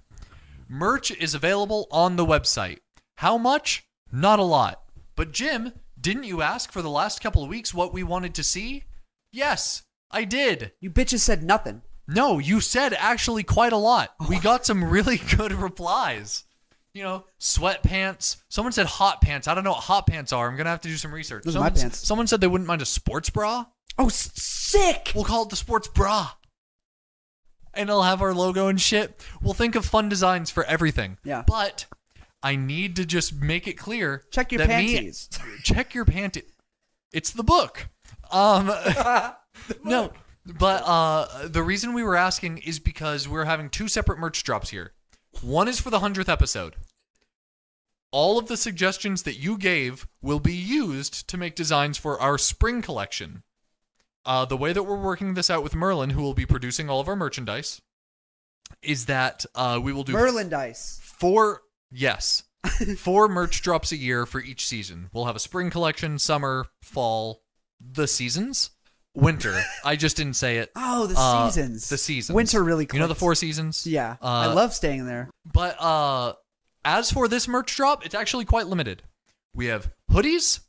Speaker 2: Merch is available on the website. How much? Not a lot. But Jim, didn't you ask for the last couple of weeks what we wanted to see? Yes, I did.
Speaker 1: You bitches said nothing.
Speaker 2: No, you said actually quite a lot.
Speaker 1: Oh.
Speaker 2: We got some really good replies. You know, sweatpants. Someone said hot pants. I don't know what hot pants are. I'm gonna have to do some research.
Speaker 1: Those are my
Speaker 2: someone, s-
Speaker 1: pants.
Speaker 2: someone said they wouldn't mind a sports bra.
Speaker 1: Oh, s- sick.
Speaker 2: We'll call it the sports bra. And it'll have our logo and shit. We'll think of fun designs for everything.
Speaker 1: Yeah.
Speaker 2: But I need to just make it clear.
Speaker 1: Check your
Speaker 2: that me-
Speaker 1: panties.
Speaker 2: check your panties. It's the book. Um No. But uh the reason we were asking is because we're having two separate merch drops here. One is for the 100th episode. All of the suggestions that you gave will be used to make designs for our spring collection. Uh, the way that we're working this out with Merlin, who will be producing all of our merchandise, is that uh, we will do
Speaker 1: Merlin dice.
Speaker 2: four yes four merch drops a year for each season we'll have a spring collection summer fall the seasons winter i just didn't say it
Speaker 1: Oh, the
Speaker 2: Uh,
Speaker 1: seasons.
Speaker 2: the seasons
Speaker 1: Winter really.
Speaker 2: you know the
Speaker 1: clicked.
Speaker 2: four seasons
Speaker 1: Yeah,
Speaker 2: uh,
Speaker 1: I love staying there.
Speaker 2: but uh as for this merch drop it's actually quite limited we have hoodies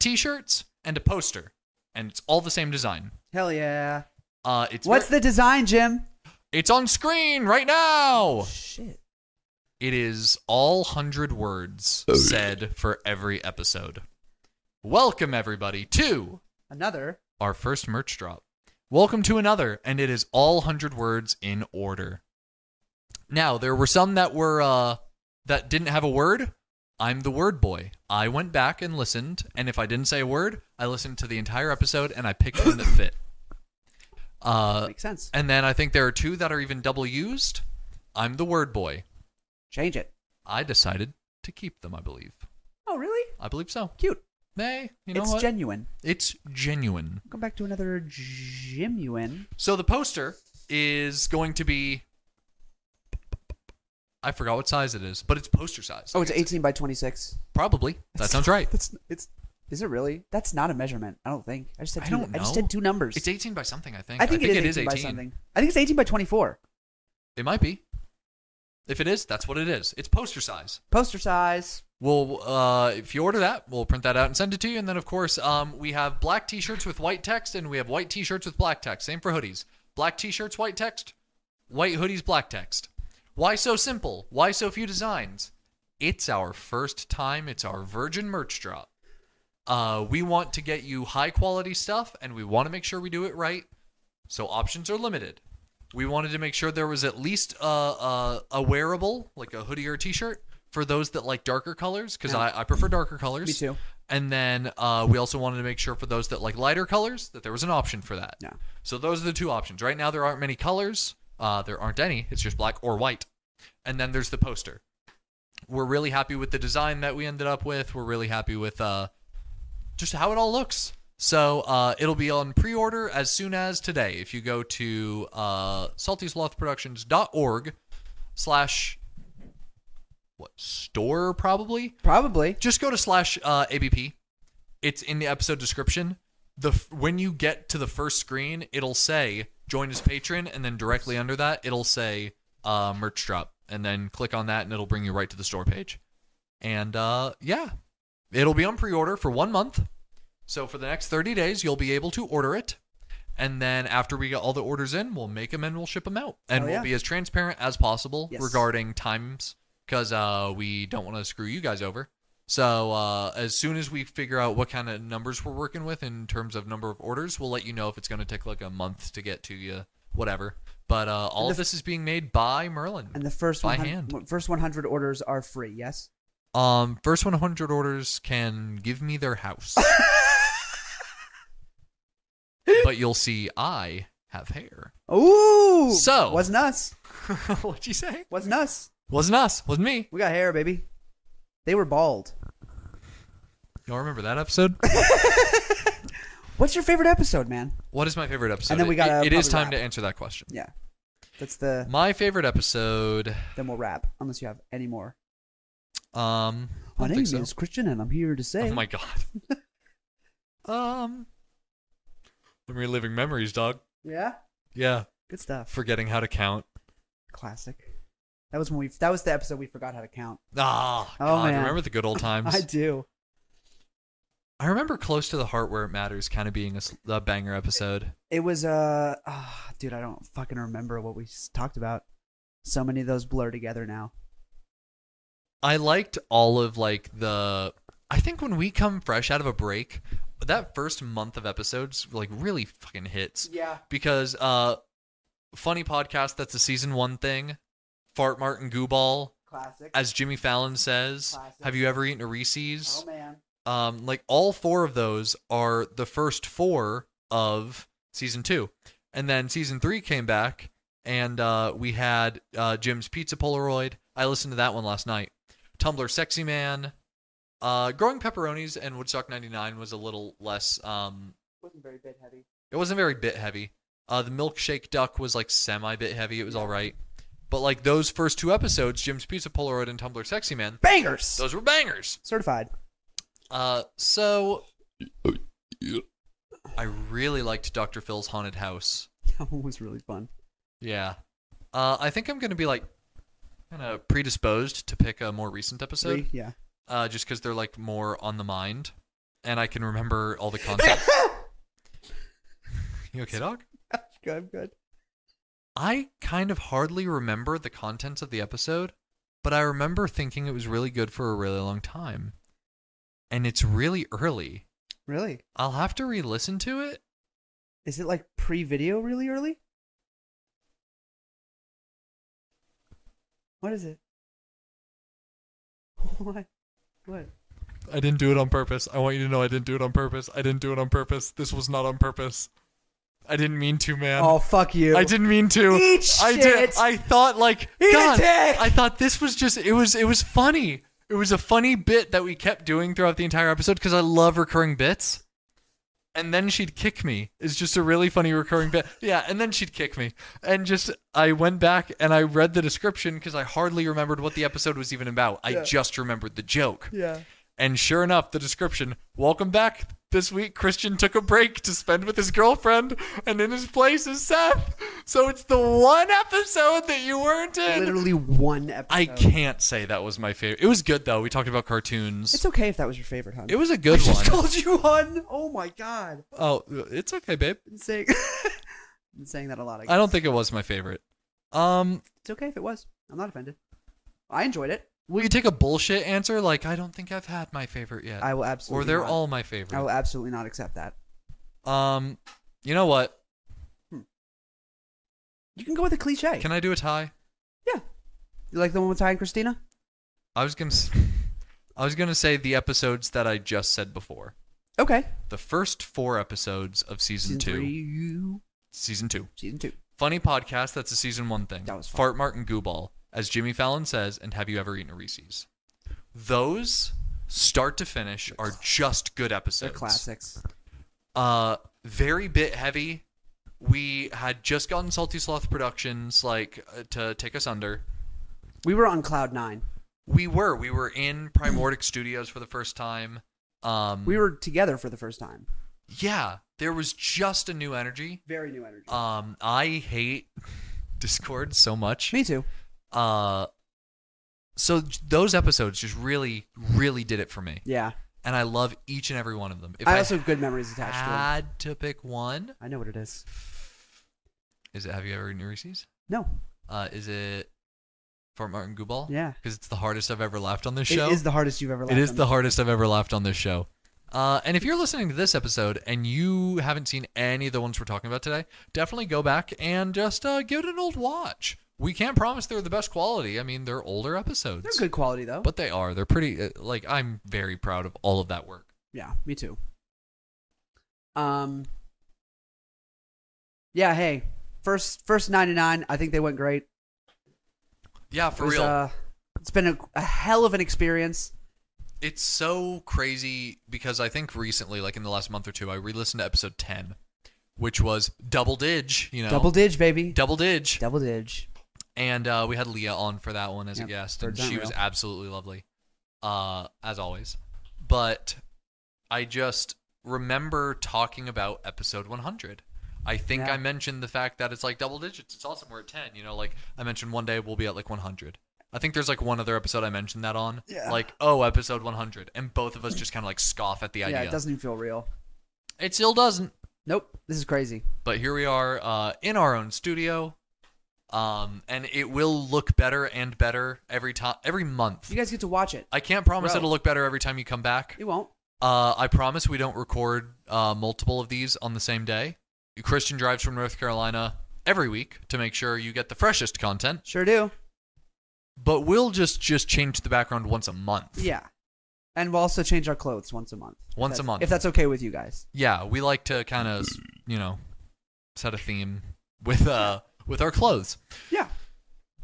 Speaker 2: t-shirts and a poster and it's all the same design
Speaker 1: Hell yeah.
Speaker 2: uh it's
Speaker 1: What's the design, Jim?
Speaker 2: it's on screen right now
Speaker 1: Shit.
Speaker 2: It is all hundred words said for every episode. Welcome everybody to
Speaker 1: Another.
Speaker 2: our first merch drop. Welcome to another, and it is all hundred words in order. Now there were some that were uh that didn't have a word. I'm the word boy. I went back and listened, and if I didn't say a word, I listened to the entire episode and I picked one that fit. Uh,
Speaker 1: Makes sense.
Speaker 2: and then I think there are two that are even double used. I'm the word boy.
Speaker 1: Change it.
Speaker 2: I decided to keep them, I believe.
Speaker 1: Oh, really?
Speaker 2: I believe so.
Speaker 1: Cute.
Speaker 2: Nay, you know
Speaker 1: it's
Speaker 2: what?
Speaker 1: genuine.
Speaker 2: it's genuine.
Speaker 1: Welcome back to another genuine.
Speaker 2: So the poster is going to be I forgot what size it is, but it's poster size.
Speaker 1: Oh, it's 18 by 26.
Speaker 2: Probably. That sounds right.
Speaker 1: That's it's. Is it really? That's not a measurement. I don't think. I just said
Speaker 2: I
Speaker 1: two.
Speaker 2: don't know.
Speaker 1: just said two numbers.
Speaker 2: It's 18 by something, I think.
Speaker 1: I think, it is 18, by something. I think it's 18 by 24.
Speaker 2: It might be. If it is, that's what it is. It's poster size.
Speaker 1: Poster size.
Speaker 2: Well, uh, if you order that, we'll print that out and send it to you. And then, of course, um, we have black T-shirts with white text, and we have white T-shirts with black text. Same for hoodies: black T-shirts, white text; white hoodies, black text. Why so simple? Why so few designs? It's our first time. It's our virgin merch drop. Uh, we want to get you high quality stuff, and we want to make sure we do it right. So options are limited. We wanted to make sure there was at least a, a, a wearable, like a hoodie or a t-shirt, for those that like darker colors, because I, I prefer darker colors.
Speaker 1: Me too.
Speaker 2: And then uh, we also wanted to make sure for those that like lighter colors that there was an option for that.
Speaker 1: Yeah.
Speaker 2: So those are the two options. Right now there aren't many colors. Uh, there aren't any. It's just black or white. And then there's the poster. We're really happy with the design that we ended up with. We're really happy with uh, just how it all looks. So uh, it'll be on pre-order as soon as today. If you go to uh, saltyslothproductions.org slash what store probably
Speaker 1: Probably.
Speaker 2: just go to slash uh, abp it's in the episode description the f- when you get to the first screen it'll say join as patron and then directly under that it'll say uh, merch drop, and then click on that, and it'll bring you right to the store page. And uh, yeah, it'll be on pre-order for one month. So for the next 30 days, you'll be able to order it. And then after we get all the orders in, we'll make them and we'll ship them out. And
Speaker 1: Hell yeah.
Speaker 2: we'll be as transparent as possible
Speaker 1: Yes.
Speaker 2: regarding times because uh, we don't want to screw you guys over. So uh, as soon as we figure out what kind of numbers we're working with in terms of number of orders, we'll let you know if it's going to take like a month to get to you, whatever. But uh, all
Speaker 1: And
Speaker 2: of
Speaker 1: the-
Speaker 2: this is being made by Merlin.
Speaker 1: And the first
Speaker 2: By
Speaker 1: 100
Speaker 2: hand.
Speaker 1: w- first 100 orders are free. Yes.
Speaker 2: Um, first 100 orders can give me their house. but you'll see I have hair.
Speaker 1: Ooh.
Speaker 2: So-
Speaker 1: wasn't us.
Speaker 2: What'd you say?
Speaker 1: Wasn't us.
Speaker 2: Wasn't us. Wasn't me.
Speaker 1: We got hair, baby. They were bald.
Speaker 2: Y'all remember that episode?
Speaker 1: What's your favorite episode, man?
Speaker 2: What is my favorite episode?
Speaker 1: And then we
Speaker 2: It-
Speaker 1: gotta
Speaker 2: it is
Speaker 1: probably
Speaker 2: time
Speaker 1: wrap.
Speaker 2: to answer that question.
Speaker 1: Yeah. That's the.
Speaker 2: My favorite episode.
Speaker 1: Then we'll wrap, unless you have any more.
Speaker 2: Um, I
Speaker 1: My
Speaker 2: don't
Speaker 1: name
Speaker 2: think so.
Speaker 1: is Christian, and I'm here to say.
Speaker 2: Oh my god. um, I'm reliving memories, dog.
Speaker 1: Yeah.
Speaker 2: Yeah,
Speaker 1: Good stuff.
Speaker 2: forgetting how to count.
Speaker 1: Classic. That was when we. That was the episode we forgot how to count.
Speaker 2: Ah,
Speaker 1: Oh,
Speaker 2: god,
Speaker 1: man.
Speaker 2: remember the good old times.
Speaker 1: I do.
Speaker 2: I remember Close to the Heart Where It Matters kind of being a, s- a banger episode.
Speaker 1: It was uh, ah, dude, I don't fucking remember what we s- talked about. So many of those blur together now.
Speaker 2: I liked all of like the I think when we come fresh out of a break, that first month of episodes like really fucking hits
Speaker 1: Yeah.
Speaker 2: because uh funny podcast that's a season 1 thing. Fart Martin Gooball,
Speaker 1: Classic.
Speaker 2: as Jimmy Fallon says,
Speaker 1: Classic. Oh
Speaker 2: have you ever eaten a Reese's?
Speaker 1: man.
Speaker 2: um, like all four of those are the first four of season two, and then season three came back, and uh, we had uh, Jim's Pizza Polaroid. I listened to that one last night. Tumblr Sexy Man, uh, Growing Pepperonis, and Woodstock '99 was a little less. Um,
Speaker 1: Wasn't very bit heavy.
Speaker 2: it wasn't very bit heavy. Uh, the Milkshake Duck was like semi bit heavy. It was all right, but like those first two episodes, Jim's Pizza Polaroid and Tumblr Sexy Man,
Speaker 1: Bangers.
Speaker 2: those were bangers.
Speaker 1: Certified.
Speaker 2: Uh, so I really liked Dr. Phil's haunted house.
Speaker 1: That one was really fun.
Speaker 2: Yeah. Uh, I think I'm gonna be like kind of predisposed to pick a more recent episode,
Speaker 1: Three? Yeah.
Speaker 2: uh, just because they're like more on the mind, and I can remember all the content. you okay, dog?
Speaker 1: good. Good.
Speaker 2: I kind of hardly remember the contents of the episode, but I remember thinking it was really good for a really long time, and it's really early.
Speaker 1: Really?
Speaker 2: I'll have to re-listen to it.
Speaker 1: Is it like pre-video really early? What is it? What? What?
Speaker 2: I didn't do it on purpose. I want you to know I didn't do it on purpose. I didn't do it on purpose. This was not on purpose. I didn't mean to, man.
Speaker 1: Oh fuck you!
Speaker 2: I didn't mean to.
Speaker 1: Eat
Speaker 2: I
Speaker 1: shit.
Speaker 2: I thought like
Speaker 1: Eat a
Speaker 2: God.
Speaker 1: dick.
Speaker 2: I thought this was just it was it was funny. It was a funny bit that we kept doing throughout the entire episode because I love recurring bits. And then she'd kick me. It's just a really funny recurring bit. Yeah, and then she'd kick me. And just I went back and I read the description because I hardly remembered what the episode was even about. I
Speaker 1: Yeah.
Speaker 2: just remembered the joke.
Speaker 1: Yeah.
Speaker 2: And sure enough, the description Welcome back. This week, Christian took a break to spend with his girlfriend, and in his place is Seth. So it's the one episode that you weren't in.
Speaker 1: Literally one episode.
Speaker 2: I can't say that was my favorite. It was good, though. We talked about cartoons.
Speaker 1: It's okay if that was your favorite, hun.
Speaker 2: it was a good
Speaker 1: I just
Speaker 2: one.
Speaker 1: called you hun. Oh my god!
Speaker 2: Oh, it's okay, babe.
Speaker 1: Been saying, been saying that a lot. I, guess.
Speaker 2: I don't think it was my favorite. Um,
Speaker 1: it's okay if it was. I'm not offended. I enjoyed it.
Speaker 2: will you take a bullshit answer? Like, I don't think I've had my favorite yet.
Speaker 1: I will
Speaker 2: Or
Speaker 1: absolutely.
Speaker 2: they're
Speaker 1: not.
Speaker 2: all my
Speaker 1: I will
Speaker 2: favorite.
Speaker 1: absolutely not accept that.
Speaker 2: Um, you know what?
Speaker 1: You can go with a cliche.
Speaker 2: Can I do a tie?
Speaker 1: yeah. You like the one with Ty and Christina?
Speaker 2: I was gonna, s- I was gonna say the episodes that I just said before.
Speaker 1: Okay.
Speaker 2: The first four episodes of season, two,
Speaker 1: three, you-
Speaker 2: season two,
Speaker 1: Season two.
Speaker 2: funny podcast. That's a season one thing.
Speaker 1: That was fun.
Speaker 2: fart Martin Gooball, as Jimmy Fallon says, and have you ever eaten a Reese's? Those start to finish are just good
Speaker 1: They're
Speaker 2: episodes.
Speaker 1: classics.
Speaker 2: Uh, very bit heavy. We had just gotten Salty Sloth Productions like uh, to take us under.
Speaker 1: We were on cloud nine.
Speaker 2: We were we were in Primordic Studios for the first time. Um,
Speaker 1: We were together for the first time.
Speaker 2: yeah there was just a new energy
Speaker 1: Very new energy.
Speaker 2: um i hate Discord so much.
Speaker 1: Me too.
Speaker 2: Uh, so j- those episodes just really, really did it for me,
Speaker 1: Yeah.
Speaker 2: and I love each and every one of them. If
Speaker 1: I,
Speaker 2: I, Ah.
Speaker 1: also have good memories attached to them.
Speaker 2: had to pick one,
Speaker 1: I know what it is.
Speaker 2: is it Have you ever eaten Reese's?
Speaker 1: No.
Speaker 2: Uh, is it Fort Martin Gooball?
Speaker 1: Yeah.
Speaker 2: because it's the hardest I've ever laughed on this show.
Speaker 1: It is the hardest you've ever
Speaker 2: It
Speaker 1: laughed
Speaker 2: is
Speaker 1: on.
Speaker 2: the hardest I've ever laughed on this show. Uh, and if you're listening to this episode and you haven't seen any of the ones we're talking about today, definitely go back and just uh, give it an old watch. We can't promise they're the best quality. I mean, they're older episodes,
Speaker 1: They're good quality though.
Speaker 2: but they are. They're pretty. Uh, like I'm very proud of all of that work.
Speaker 1: yeah, me too. Um Yeah, hey. First first 99, I think they went great.
Speaker 2: Yeah, for
Speaker 1: It was,
Speaker 2: real.
Speaker 1: uh, it's been a, a hell of an experience.
Speaker 2: it's so crazy because I think recently, like in the last month or two, I re-listened to episode ten, which was double dig. You know,
Speaker 1: Double dig, baby.
Speaker 2: double dig.
Speaker 1: Double dig.
Speaker 2: and uh, we had Leah on for that one as
Speaker 1: Yep,
Speaker 2: a guest,
Speaker 1: third
Speaker 2: and
Speaker 1: time
Speaker 2: she was
Speaker 1: rail.
Speaker 2: absolutely lovely, uh, as always. But I just remember talking about episode 100. I think
Speaker 1: Yeah.
Speaker 2: I mentioned the fact that it's like double digits. It's awesome. We're at 10. You know, like I mentioned one day we'll be at like 100. I think there's like one other episode I mentioned that on.
Speaker 1: Yeah.
Speaker 2: Like, oh, episode 100. And both of us just kind of like scoff at the
Speaker 1: Yeah,
Speaker 2: idea.
Speaker 1: it doesn't even feel real.
Speaker 2: It still doesn't.
Speaker 1: Nope. This is crazy.
Speaker 2: But here we are uh, in our own studio. Um, and it will look better and better every time, every month.
Speaker 1: You guys get to watch it.
Speaker 2: I can't promise
Speaker 1: Bro.
Speaker 2: it'll look better every time you come back.
Speaker 1: It won't.
Speaker 2: Uh, I promise we don't record uh, multiple of these on the same day. Christian drives from North Carolina every week to make sure you get the freshest content.
Speaker 1: Sure do.
Speaker 2: But we'll just just change the background once a month.
Speaker 1: Yeah. And we'll also change our clothes once a month. If
Speaker 2: Once a
Speaker 1: that's-
Speaker 2: month.
Speaker 1: If that's okay with you guys.
Speaker 2: Yeah, we like to kind of you know set a theme with uh with our clothes.
Speaker 1: Yeah.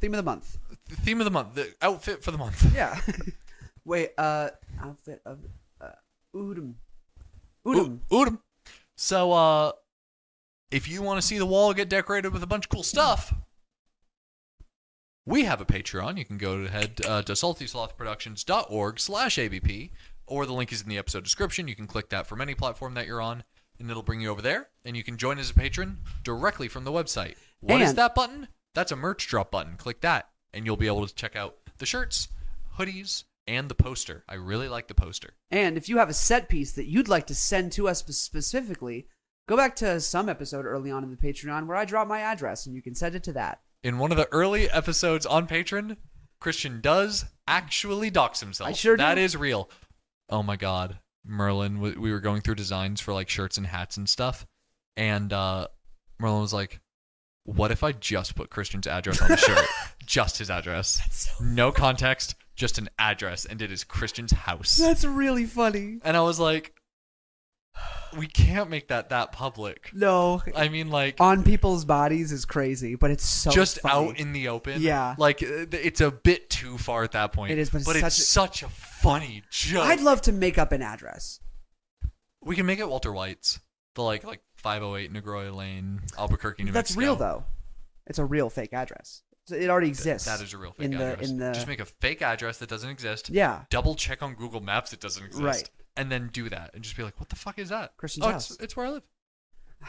Speaker 1: Theme of the month.
Speaker 2: The theme of the month, the outfit for the month.
Speaker 1: Yeah. Wait, uh, outfit of uh, Udum. Udum.
Speaker 2: Oodum. Oodum. So uh, if you want to see the wall get decorated with a bunch of cool stuff, we have a Patreon. You can go ahead uh, to saltyslothproductions.org slash ABP, or the link is in the episode description. You can click that from any platform that you're on, and it'll bring you over there. And you can join as a patron directly from the website. What is
Speaker 1: And-
Speaker 2: that button? That's a merch drop button. Click that, and you'll be able to check out the shirts, hoodies, and the poster. I really like the poster.
Speaker 1: And if you have a set piece that you'd like to send to us spe- specifically, go back to some episode early on in the Patreon where I drop my address and you can send it to that.
Speaker 2: in one of the early episodes on Patreon, Christian does actually dox himself.
Speaker 1: I sure do.
Speaker 2: That is real. Oh my god, Merlin. w- We were going through designs for like shirts and hats and stuff, and uh, Merlin was like, "What if I just put Christian's address on the shirt? just his address, no context, just an address, and it is Christian's house."
Speaker 1: That's really funny.
Speaker 2: and I was like, "We can't make that that public."
Speaker 1: No.
Speaker 2: I mean, like,
Speaker 1: On people's bodies is crazy, but it's so
Speaker 2: just
Speaker 1: funny.
Speaker 2: out in the open.
Speaker 1: Yeah.
Speaker 2: like uh, th- it's a bit too far at that point.
Speaker 1: It is, but it's
Speaker 2: it's such a funny joke.
Speaker 1: I'd love to make up an address.
Speaker 2: we can make it Walter White's. The like like 508 Negroy Lane, Albuquerque, New
Speaker 1: That's
Speaker 2: Mexico.
Speaker 1: real though. It's a real fake address. So It already
Speaker 2: Th-
Speaker 1: exists.
Speaker 2: That is a real fake
Speaker 1: in the,
Speaker 2: address.
Speaker 1: In the
Speaker 2: Just make a fake address that doesn't exist.
Speaker 1: yeah.
Speaker 2: Double check on Google Maps it doesn't exist.
Speaker 1: Right.
Speaker 2: And then do that and just be like, what the fuck is that?
Speaker 1: Christian's
Speaker 2: oh, it's-
Speaker 1: house.
Speaker 2: It's, where I live.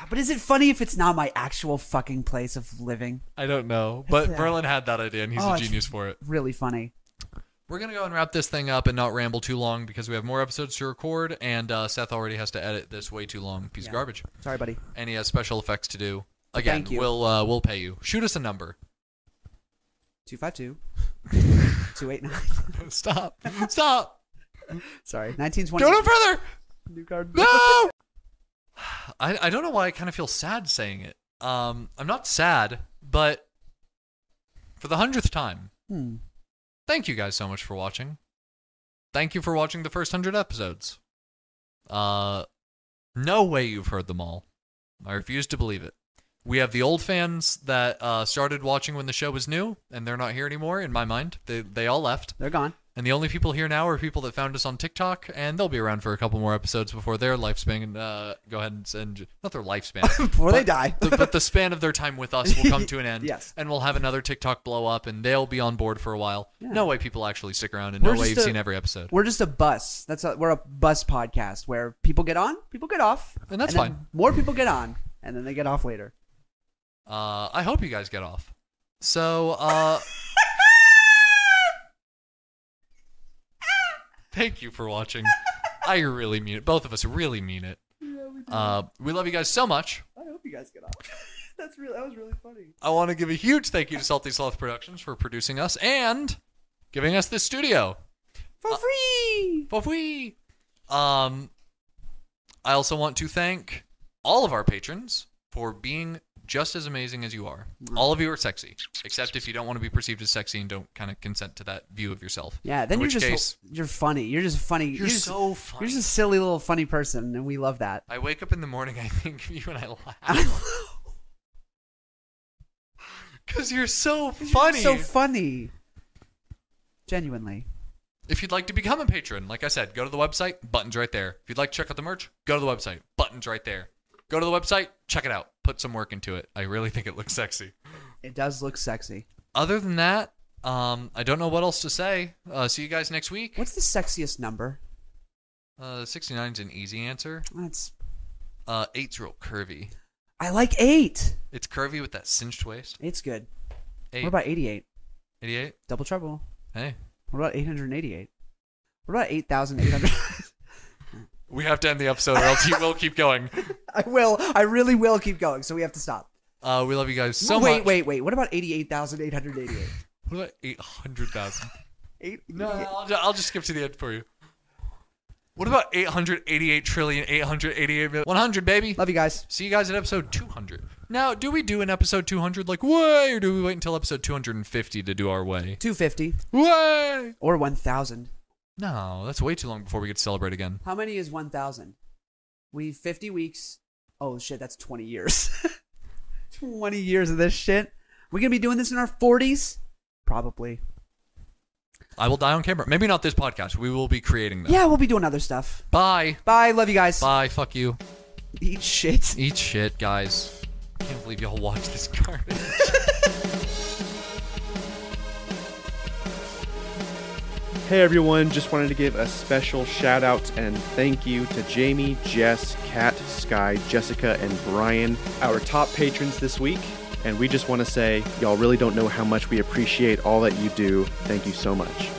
Speaker 1: But is it funny if it's not my actual fucking place of living?
Speaker 2: I don't know,
Speaker 1: but
Speaker 2: but
Speaker 1: That's, uh,
Speaker 2: Merlin had that idea and he's
Speaker 1: Oh,
Speaker 2: a
Speaker 1: it's-
Speaker 2: genius for it.
Speaker 1: Really funny.
Speaker 2: We're gonna go and wrap this thing up and not ramble too long because we have more episodes to record, and uh, Seth already has to edit this way too long piece
Speaker 1: Yeah.
Speaker 2: of garbage.
Speaker 1: Sorry, buddy.
Speaker 2: and he has special effects to do. Again,
Speaker 1: Thank you.
Speaker 2: we'll uh, we'll pay you. Shoot us a number.
Speaker 1: 252 289.
Speaker 2: Stop. Stop.
Speaker 1: Sorry. 1920.
Speaker 2: Go no further.
Speaker 1: New card.
Speaker 2: No. I, I don't know why I kind of feel sad saying it. Um, I'm not sad, but for the hundredth time,
Speaker 1: Hmm.
Speaker 2: thank you guys so much for watching. Thank you for watching the first hundred episodes. Uh, no way you've heard them all. I refuse to believe it. We have the old fans that uh, started watching when the show was new, and they're not here anymore. In my mind, they they all left,
Speaker 1: They're gone.
Speaker 2: and the only people here now are people that found us on TikTok, and they'll be around for a couple more episodes before their lifespan. Uh, go ahead and, and not their lifespan
Speaker 1: Before they
Speaker 2: But-
Speaker 1: die.
Speaker 2: the- but the span of their time with us will come to an end.
Speaker 1: Yes.
Speaker 2: And we'll have another TikTok blow up and they'll be on board for a while.
Speaker 1: Yeah.
Speaker 2: No way people actually stick around and
Speaker 1: We're
Speaker 2: no way
Speaker 1: just
Speaker 2: you've
Speaker 1: a-
Speaker 2: seen every episode.
Speaker 1: We're just a bus. That's a, we're a bus podcast where people get on, people get off,
Speaker 2: And that's
Speaker 1: then
Speaker 2: fine.
Speaker 1: More people get on, and then they get off later.
Speaker 2: Uh, I hope you guys get off. So, uh. thank you for watching. I really mean it. Both of us really mean it. Uh, we love you guys so much.
Speaker 1: I hope you guys get off. That's really that was really funny.
Speaker 2: I want to give a huge thank you to Salty Sloth Productions for producing us and giving us this studio.
Speaker 1: For free.
Speaker 2: For free. Um, I also want to thank all of our patrons for being just as amazing as you are. All of you are sexy, except if you don't want to be perceived as sexy and don't kind of consent to that view of yourself.
Speaker 1: Yeah,
Speaker 2: In
Speaker 1: then you're
Speaker 2: which
Speaker 1: just
Speaker 2: case,
Speaker 1: you're funny. You're just funny.
Speaker 2: You're
Speaker 1: just,
Speaker 2: so funny.
Speaker 1: You're just a silly little funny person, and we love that.
Speaker 2: I wake up in the morning, I think of you, and I laugh because you're so funny.
Speaker 1: So funny. Genuinely.
Speaker 2: If you'd like to become a patron, like I said, go to the website, buttons right there. If you'd like to check out the merch, go to the website, buttons right there. Go to the website, check it out, put some work into it. I really think it looks sexy.
Speaker 1: It does look sexy.
Speaker 2: Other than that, um, I don't know what else to say. Uh, see you guys next week.
Speaker 1: What's the sexiest number?
Speaker 2: Uh, 69's an easy answer.
Speaker 1: That's
Speaker 2: Uh, eight's real curvy.
Speaker 1: I like eight.
Speaker 2: It's curvy with that cinched waist.
Speaker 1: Eight's good.
Speaker 2: Eight,
Speaker 1: What about eighty-eight?
Speaker 2: 88?
Speaker 1: Double trouble.
Speaker 2: Hey,
Speaker 1: What about eight hundred eighty-eight? What about eight thousand eight hundred?
Speaker 2: we have to end the episode, or else you will keep going.
Speaker 1: I will. I really will keep going. So we have to stop.
Speaker 2: Uh, we love you guys so
Speaker 1: wait,
Speaker 2: much.
Speaker 1: wait, wait. What about eighty-eight thousand eight hundred eighty-eight?
Speaker 2: What about 800,000?
Speaker 1: Eight.
Speaker 2: No, I'll, ju- I'll just skip to the end for you. What about 888 trillion, 888 million? 100, baby.
Speaker 1: Love you guys.
Speaker 2: See you guys at episode 200. Now, do we do an episode 200 like way, or do we wait until episode 250 to do our way?
Speaker 1: Two fifty
Speaker 2: Way!
Speaker 1: or one thousand.
Speaker 2: No, that's way too long before we get to celebrate again.
Speaker 1: How many is one thousand? We fifty weeks. Oh shit, that's twenty years. twenty years of this shit. We gonna be doing this in our forties? Probably.
Speaker 2: I will die on camera. Maybe not this podcast. We will be creating them.
Speaker 1: Yeah, we'll be doing other stuff.
Speaker 2: Bye.
Speaker 1: Bye. Love you guys.
Speaker 2: Bye. Fuck you.
Speaker 1: Eat shit.
Speaker 2: Eat shit, guys. I can't believe y'all watch this garbage.
Speaker 6: Hey everyone, just wanted to give a special shout out and thank you to Jamie, Jess, Kat, Sky, Jessica, and Brian, our top patrons this week. And we just want to say, y'all really don't know how much we appreciate all that you do. Thank you so much.